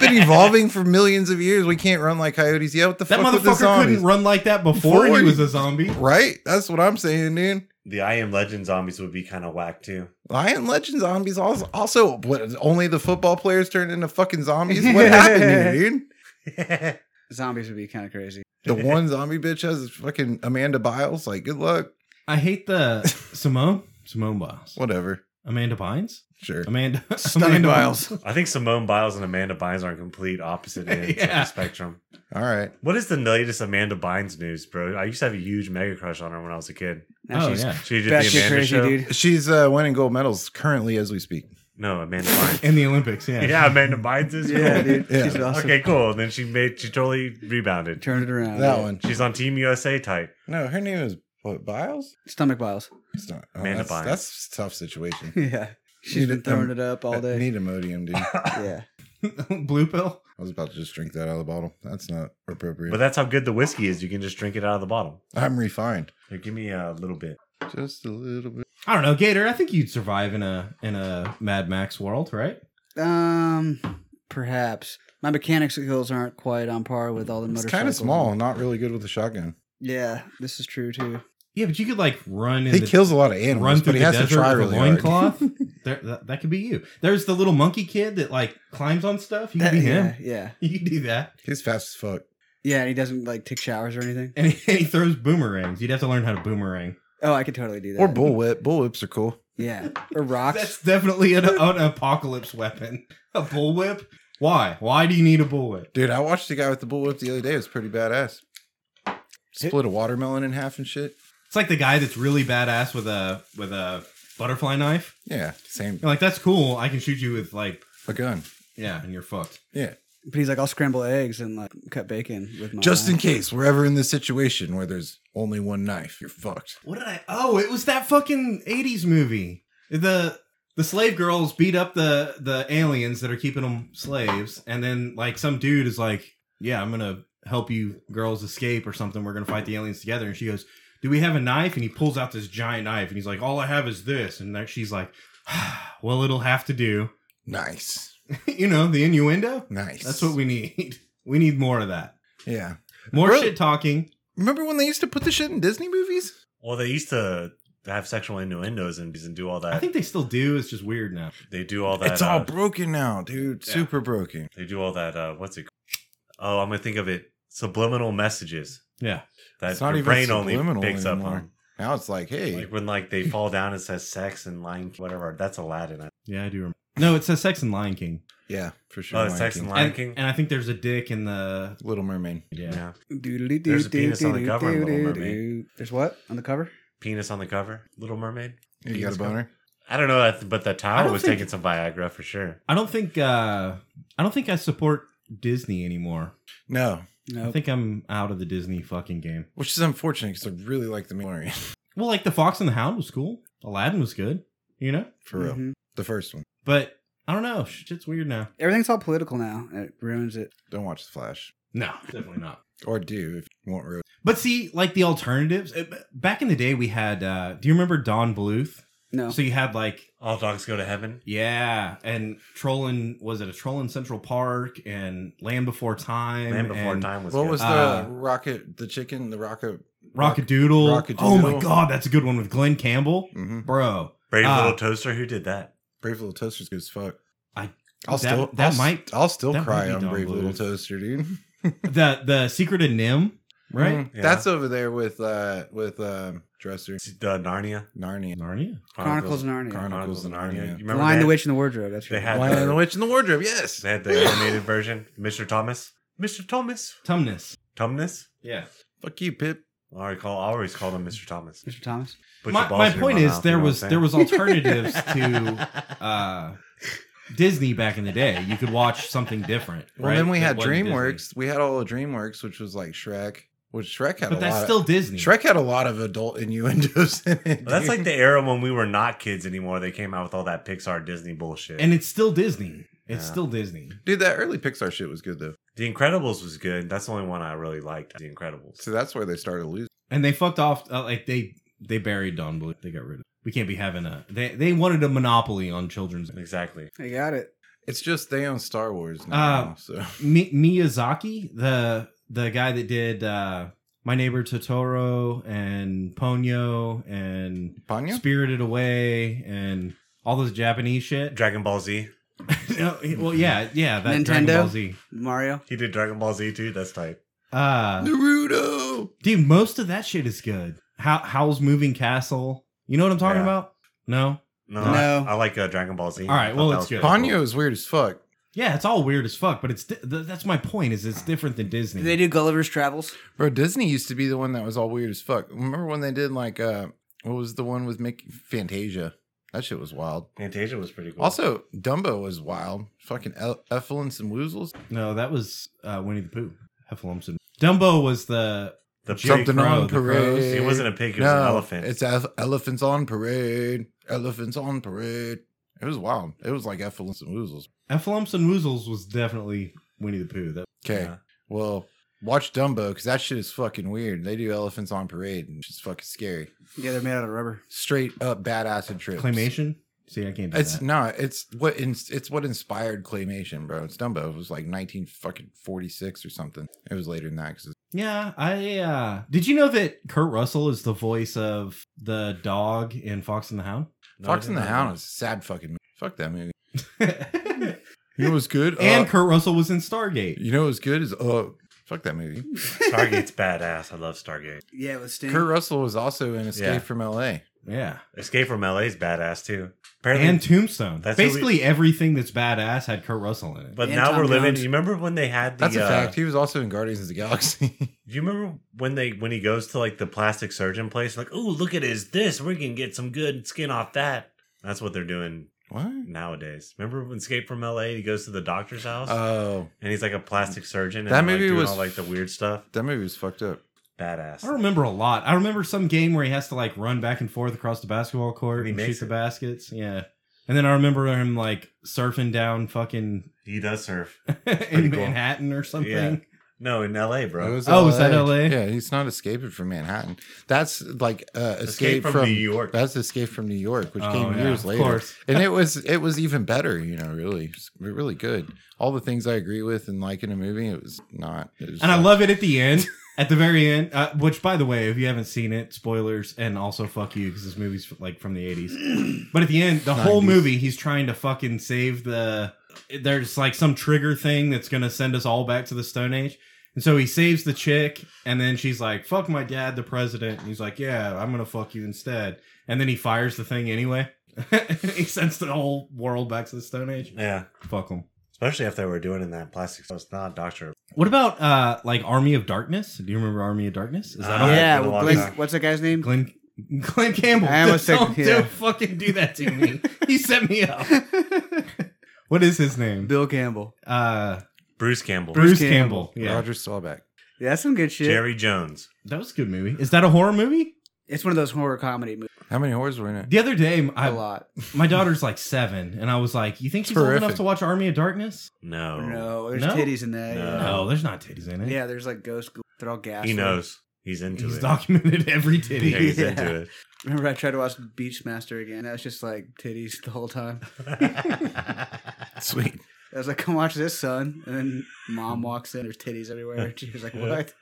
been evolving for millions of years. We can't run like coyotes. Yeah, what the That fuck with the motherfucker zombies? couldn't run like that before Before he he- was a zombie. Right? That's what I'm saying, dude. The I Am Legend zombies would be kind of whack too. Lion Legend zombies also, also what, only the football players turned into fucking zombies. What happened here, dude? Zombies would be kind of crazy. The one zombie bitch has fucking Amanda Biles. Like, good luck. I hate the Simone Simone Biles, Whatever. Amanda Bynes, Sure. Amanda Stunning Amanda Biles. Bynes. I think Simone Biles and Amanda Bynes are on complete opposite ends of Yeah. the spectrum. All right. What is the latest Amanda Bynes news, bro? I used to have a huge mega crush on her when I was a kid. Now oh she's yeah, She did the batshit Amanda crazy, show. dude. She's uh, winning gold medals currently as we speak. No, Amanda Bynes. in the Olympics. Yeah, yeah, Amanda Bynes is. Yeah, cool. dude. Yeah. She's awesome. Okay, cool. And then she made she totally rebounded. Turned it around. That Oh, Yeah. one. She's on Team USA type. No, her name is what, Biles? Stomach biles. It's not. Oh, Amanda that's, Bynes. That's a tough situation. yeah. She's Need been it, throwing um, it up all day. Need Imodium, dude. I yeah. blue pill. was about to just drink that out of the bottle. That's not appropriate. But that's how good the whiskey is. You can just drink it out of the bottle. I'm refined. Here, give me a little bit. Just a little bit. I don't know, Gator. I think you'd survive in a in a Mad Max world, right? Um, perhaps my mechanic skills aren't quite on par with all the It's motorcycles. kind of small, not really good with a shotgun. Yeah, this is true too. Yeah, but you could like run. In He the, kills a lot of animals, run through but he the has to desert try with really a hard. loincloth. there, that, that could be you. There's the little monkey kid that like climbs on stuff. You could That- be yeah, him. yeah, You could do that. He's fast as fuck. yeah. And he doesn't like take showers or anything. And he, and he throws boomerangs. You'd have to learn how to boomerang. Oh, I could totally do that. Or bullwhip. Bullwhips are cool. Yeah, or rocks. That's definitely an, an apocalypse weapon. A bullwhip. Why? Why do you need a bullwhip? Dude, I watched the guy with the bullwhip the other day. It was pretty badass. Split a watermelon in half and shit. It's like the guy that's really badass with a with a butterfly knife. Yeah, same. You're like, that's cool. I can shoot you with like, A gun. yeah, and you're fucked. Yeah. but he's like, I'll scramble eggs and like cut bacon with my. Just in knife." case we're ever in this situation where there's only one knife, you're fucked. What did I? Oh, it was that fucking '80s movie. The the slave girls beat up the the aliens that are keeping them slaves, and then like some dude is like, "Yeah, I'm gonna help you girls escape or something. We're gonna fight the aliens together." And she goes, "Do we have a knife?" And he pulls out this giant knife, and he's like, "All I have is this." And then she's like, "Well, it'll have to do." Nice. you know, the innuendo. Nice. That's what we need. We need more of that. Yeah. More Really? shit talking. Remember when they used to put the shit in Disney movies? Well, they used to have sexual innuendos and, and do all that. I think they still do. It's just weird now. they do all that. it's all uh, broken now, dude. yeah. Super broken. they do all that. Uh, what's it? Oh, I'm gonna think of it. Subliminal messages Yeah. that It's not your even brain only subliminal picks up anymore. on. Now it's like, hey, Like when like they fall down and says sex and lying whatever. That's Aladdin. I- Yeah, I do remember. No, it says Sex and Lion King. yeah, for sure. Oh, Lion it's Sex King. and Lion And, King. and I think there's a dick in the. Little Mermaid. Yeah. yeah, Doodly-doo, There's a penis on the doodly-doo, cover of Little doodly-doo. Mermaid. There's what on the cover? penis on the cover. Little Mermaid. You got a Penis cover. boner? I don't know, I th- but the I tower don't was think- taking some Viagra for sure. I don't think uh I don't think I support Disney anymore. No, I think I'm out of the Disney fucking game. which is unfortunate because I really like the Mandalorian Well, like the Fox and the Hound was cool. Aladdin was good, you know? for Mm-hmm. real. Mm-hmm. The first one. But I don't know. Shit's weird now. Everything's all political now. It ruins it. Don't watch the Flash No, definitely not. or do if you want. Real. But see, like the alternatives, eh, b- back in the day we had uh do you remember Don Bluth? No. So you had like All dogs go to heaven. yeah, and Trollin was it a Trollin Central Park and Land Before Time Man before and time was What good. was the Uh, rocket? The chicken? The rocket? Rockadoodle. Rockadoodle. Oh my god, that's a good one with Glenn Campbell. Mm-hmm. Bro, Brave uh, little toaster. Who did that? Brave Little Toaster's good as fuck. I- I'll that- still that I'll, might- I'll still that might cry be on Don Brave Little Bluth. Toaster, dude. the the secret of Nim, right? Mhm. Yeah. That's over there with uh with uh Dresser The Narnia Narnia. Narnia. Chronicles of Narnia. Chron- Chronicles of Narnia. Narnia. You The remember Lion, they the had- Witch, and the Wardrobe. That's They right. had Lion the the, Witch in the Wardrobe, yes. they had the animated version. Mr. Thomas. Mr. Thomas. Tumnus. Tumnus. Yeah. Fuck you, Pip. I already call. I always called him Mr. Thomas. Mr. Thomas. Put my your balls my in your point mouth, is you there know was what there I'm saying? was alternatives to uh Disney back in the day. You could watch something different. Well right? then we that had wasn't Disney. DreamWorks. We had all of DreamWorks, which was like Shrek. Which Shrek had a But that's lot still of, Disney. Shrek had a lot of adult innuendos in it. Well, that's dude. like the era when we were not kids anymore. They came out with all that Pixar Disney bullshit. and it's still Disney. It's Yeah. still Disney. Dude, that early Pixar shit was good though. The Incredibles was good. That's the only one I really liked. The Incredibles. So that's where they started losing. And they fucked off uh, like they they buried Don Bluth. They got rid of. We can't be having a. They they wanted a monopoly on children's. Exactly. I got it. It's just they own Star Wars now. Uh, so Mi- Miyazaki, the the guy that did uh, My Neighbor Totoro and Ponyo and Ponyo? Spirited Away and all those Japanese shit. Dragon Ball Z. No, well, yeah, yeah, that Dragon Nintendo? Ball Z. Mario. He did Dragon Ball Z too. That's tight. Uh, Naruto. dude, most of that shit is good. How Howl's Moving Castle. You know what I'm talking Yeah. about? No. No, No. I, I like uh, Dragon Ball Z. All right, I thought well, that it's was good. pretty Ponyo is weird as fuck. Yeah, it's all weird as fuck, but it's di- th- that's my point. Is it's different than Disney? Did they do Gulliver's Travels? Bro, Disney used to be the one that was all weird as fuck. Remember when they did like uh what was the one with Mickey Fantasia? That shit was wild. Fantasia was pretty cool. Also, Dumbo was wild. Fucking El- Effelins and Woozles. no, that was uh, Winnie the Pooh. Heffalumps and Dumbo was the the Jim pig Something Crow, on the crows. parade. It wasn't a pig. It was no, an elephant. It's elef- elephants on parade. Elephants on parade. It was wild. It was like Effelins and Woozles. Effalumps and Woozles was definitely Winnie the Pooh. That Okay. Yeah. Well, watch Dumbo because that shit is fucking weird. They do elephants on parade and it's fucking scary. Yeah, they're made out of rubber. Straight up badass trips. claymation. See, I can't do It's that. not. It's what in, it's what inspired claymation, bro. It's Dumbo. It was like nineteen fucking forty six or something. It was later than that. 'cause it's- yeah, I uh did you know that Kurt Russell is the voice of the dog in Fox and the Hound? No, I Fox did and the not Hound know. is a sad fucking. Movie. Fuck that movie. and You know what's good? Uh, Kurt Russell was in Stargate. you know what's good is uh. Fuck that movie. Stargate's badass. I love Stargate. Yeah, with Sting. Kurt Russell was also in Escape Yeah. from L.A. Yeah. Escape from LA is badass too. Apparently, And Tombstone. That's who we- Basically everything that's badass had Kurt Russell in it. but And now Tom we're living. Jones. You remember when they had the? That's a uh, fact. He was also in Guardians of the Galaxy. Do you remember when they when he goes to like the plastic surgeon place? Like, oh, look at his this. We can get some good skin off that. That's what they're doing what? nowadays. Remember when Escape from LA? He goes to the doctor's house Oh, and he's like a plastic surgeon. And That they're, like, movie doing was- all, like the weird stuff. that movie was fucked up. Badass. I remember a lot. I remember some game where he has to like run back and forth across the basketball court And he and, shoot makes the it. baskets. Yeah. And then I remember him like surfing down fucking He does surf. in cool. Manhattan or something. Yeah. No, in LA, bro. It was Oh, was that LA? Yeah, he's not escaping from Manhattan. That's like uh, Escape, from, New York. That's Escape from New York, which Oh, came yeah, years of later. course. And it was it was even better, you know, really. It's really good. All the things I agree with and like in a movie, it was not. It was And I like- love it at the end, at the very end. Uh, which, by the way, if you haven't seen it, spoilers, and also fuck you because this movie's like from the '80s. But at the end, the whole 90s. movie, he's trying to fucking save the. There's like some trigger thing that's gonna send us all back to the Stone Age. And so he saves the chick, and then she's like, "Fuck my dad, the president." And he's like, "Yeah, I'm gonna fuck you instead." And then he fires the thing anyway. he sends the whole world back to the Stone Age. yeah. Fuck him. Especially if they were doing in that plastic. So it's not Doctor. What about uh like Army of Darkness? Do you remember Army of Darkness? Is that Uh, on Yeah, yeah, it's been a with long Glenn, time. what's that guy's name? Glenn Glenn Campbell. I almost said- don't, yeah. don't fucking do that to me. he set me up. What is his name? Bill Campbell. Uh, Bruce Campbell, Bruce, Campbell. Campbell. Yeah, Roger Staubach. Yeah, that's some good shit. Jerry Jones. that was a good movie. Is that a horror movie? It's one of those horror comedy movies. How many horrors were in it? The other day, A I, lot. my daughter's like seven, and I was like, "You think she's old enough Horrific. to watch Army of Darkness?" No, No, there's No? titties in that. Uh, No. No, there's not titties in Yeah. it. Yeah, there's like ghost. ghouls. They're all gas. he knows. He's into he's it. documented every titty. yeah, he's Yeah. into it. Remember, I tried to watch Beachmaster again. That was just like titties the whole time. Sweet. I was like, "Come watch this, son." And then mom walks in. There's titties everywhere. She was like, "What?"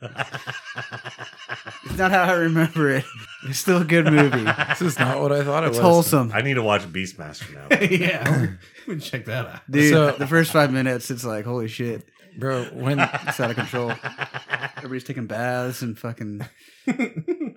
It's not how I remember it. It's still a good movie. This is not what I thought it It's was. wholesome, I need to watch Beastmaster now. yeah, we check that out. dude. So- the first five minutes, it's like, "Holy shit!" Bro, when It's out of control. Everybody's taking baths and fucking.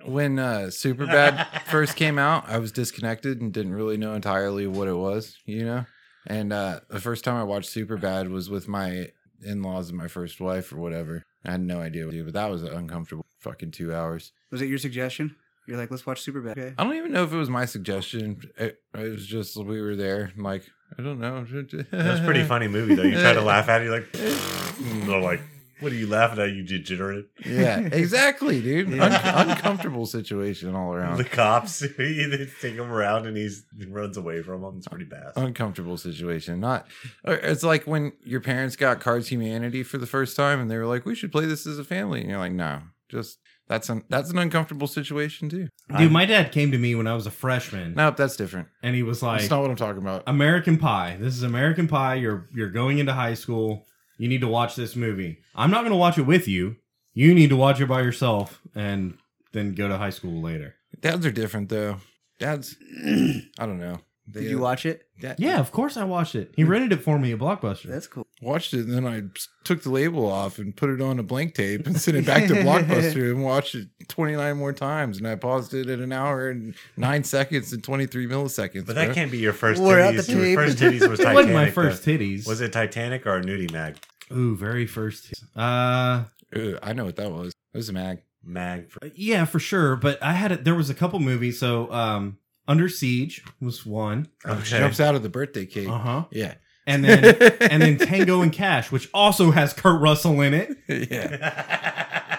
when uh Superbad first came out, I was disconnected and didn't really know entirely what it was, you know. And uh the first time I watched Superbad was with my in-laws and my first wife or whatever. I had no idea what to do, but that was an uncomfortable fucking 2 hours. Was it your suggestion? You're like, "Let's watch Superbad." Okay. I don't even know if it was my suggestion. It, it was just we were there and like I don't know. That's That's a pretty funny movie though. You try to laugh at it, you're like, and they're like, what are you laughing at? You degenerate. Yeah, exactly, dude. Un- uncomfortable situation all The around. cops they take him around and he's he runs away from them. It's pretty bad. Oh, Uncomfortable situation. Not. or It's like when your parents got Cards Humanity for the first time, and they were like, "We should play this as a family," and you're like, "No, just that's an that's an uncomfortable situation too." Dude, my dad came to me when I was a freshman, Nope, that's different. and he was like, that's not what I'm talking about. American Pie. This is American Pie. You're you're going into high school. You need to watch this movie. I'm not going to watch it with you. You need to watch it by yourself and then go to high school later. Dads are different though. Dads, I don't know. They- Did you watch it? Dad- Yeah, of course I watched it. He rented it for me at Blockbuster. That's cool. watched it and then I took the label off and put it on a blank tape and sent it back to Blockbuster and watched it 29 more times. And I paused it at an hour and nine seconds and 23 milliseconds. But bro. that can't be your first We're at titties. the Your tape. first titties was it Titanic. wasn't my first though. titties. Was it Titanic or a nudie mag? Ooh, very first. Uh, Ugh, I know what that was. It was a mag. Mag. For, yeah, for sure. But I had it. There was a couple movies. So, um, Under Siege was one. okay. Oh. Jumps out of the birthday cake. Uh Uh-huh. huh. Yeah. And then and then Tango and Cash, which also has Kurt Russell in it. yeah.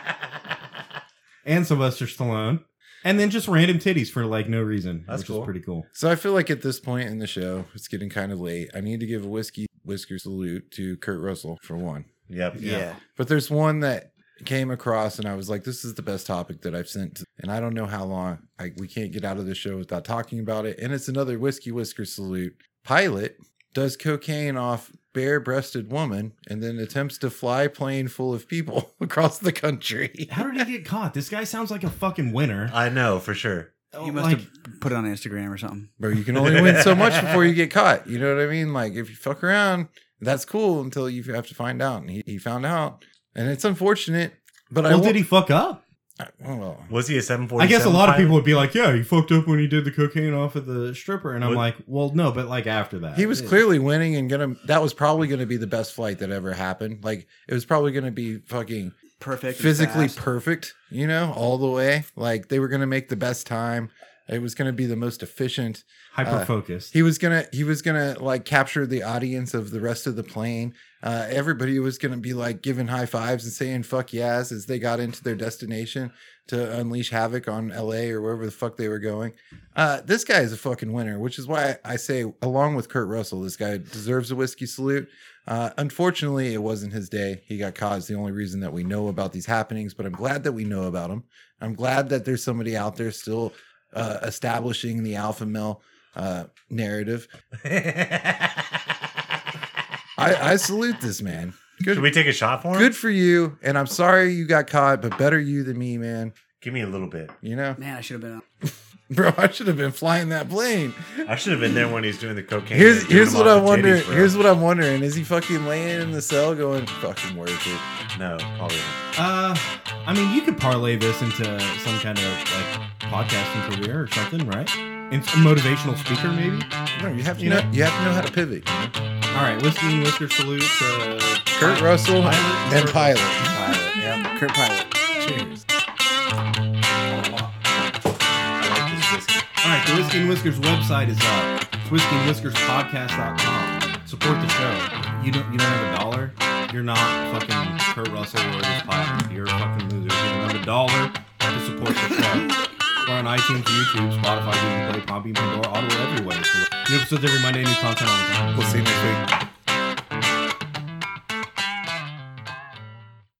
and Sylvester Stallone, and then just random titties for like no reason. That's which cool. is pretty cool. So I feel like at this point in the show, it's getting kind of late. I need to give a whiskey whisker salute to Kurt Russell for one. yep. Yeah. But there's one that came across and I was like, this is the best topic that I've sent. to- and I don't know how long I, we can't get out of the show without talking about it. And it's another whiskey whisker salute. Pilot does cocaine off bare breasted woman and then attempts to fly plane full of people across the country. How did he get caught? This guy sounds like a fucking winner. I know for sure. You must Oh, like, have put it on Instagram or something. Bro, you can only win so much before you get caught. You know what I mean? Like if you fuck around, that's cool until you have to find out. And he, he found out. And it's unfortunate. But I well, did won't- he fuck up? I- well, Was he a 747? I guess a lot of pilot? people would be like, "Yeah, he fucked up when he did the cocaine off of the stripper," and I'm What- like, "Well, no, but like after that, He was clearly winning and gonna. That was probably gonna be the best flight that ever happened. Like it was probably gonna be fucking Perfect. and physically fast. perfect, you know, all the way. Like they were gonna make the best time. It was gonna be the most efficient. hyper uh, focused." He was gonna he was gonna like capture the audience of the rest of the plane. Uh, everybody was gonna be like giving high fives and saying "fuck yes" as they got into their destination to unleash havoc on L.A. or wherever the fuck they were going. Uh, this guy is a fucking winner, which is why I say, along with Kurt Russell, this guy deserves a whiskey salute. Uh, unfortunately, it wasn't his day. He got caught. It's the only reason that we know about these happenings, but I'm glad that we know about them. I'm glad that there's somebody out there still uh, establishing the alpha male uh, narrative. I, I salute this man. Should we take a shot for him? Good for you. And I'm sorry you got caught, but better you than me, man. Give me a little bit. You know, Man, I should have been. On. bro, I should have been flying that plane. I should have been there when he's doing the cocaine. Here's and here's doing what them I'm off the wondering. titties, bro. Here's what I'm wondering. Is he fucking laying in the cell going fucking worth it? No, probably not. uh, I mean, you could parlay this into some kind of like podcasting career or something, right? And a motivational speaker, maybe. No, you have to You know, know- you have to know how to pivot. All right, whiskey and whisker salute. Uh, Kurt Russell Pilot. and Kurt Pilot. Pilot, yeah. Kurt Pilot. I like The this Whiskey and Whiskers website is uh, up. It's whiskeyandwhiskerspodcast.com. Support the show. You don't you don't have a dollar? You're not fucking Kurt Russell or this pilot. You're a fucking loser. You don't have a dollar to support the show. We're on iTunes, YouTube, Spotify, Google Play, Podbean, Pandora, Audible, everywhere. So new episodes every Monday, new content all the time. We'll see you next week.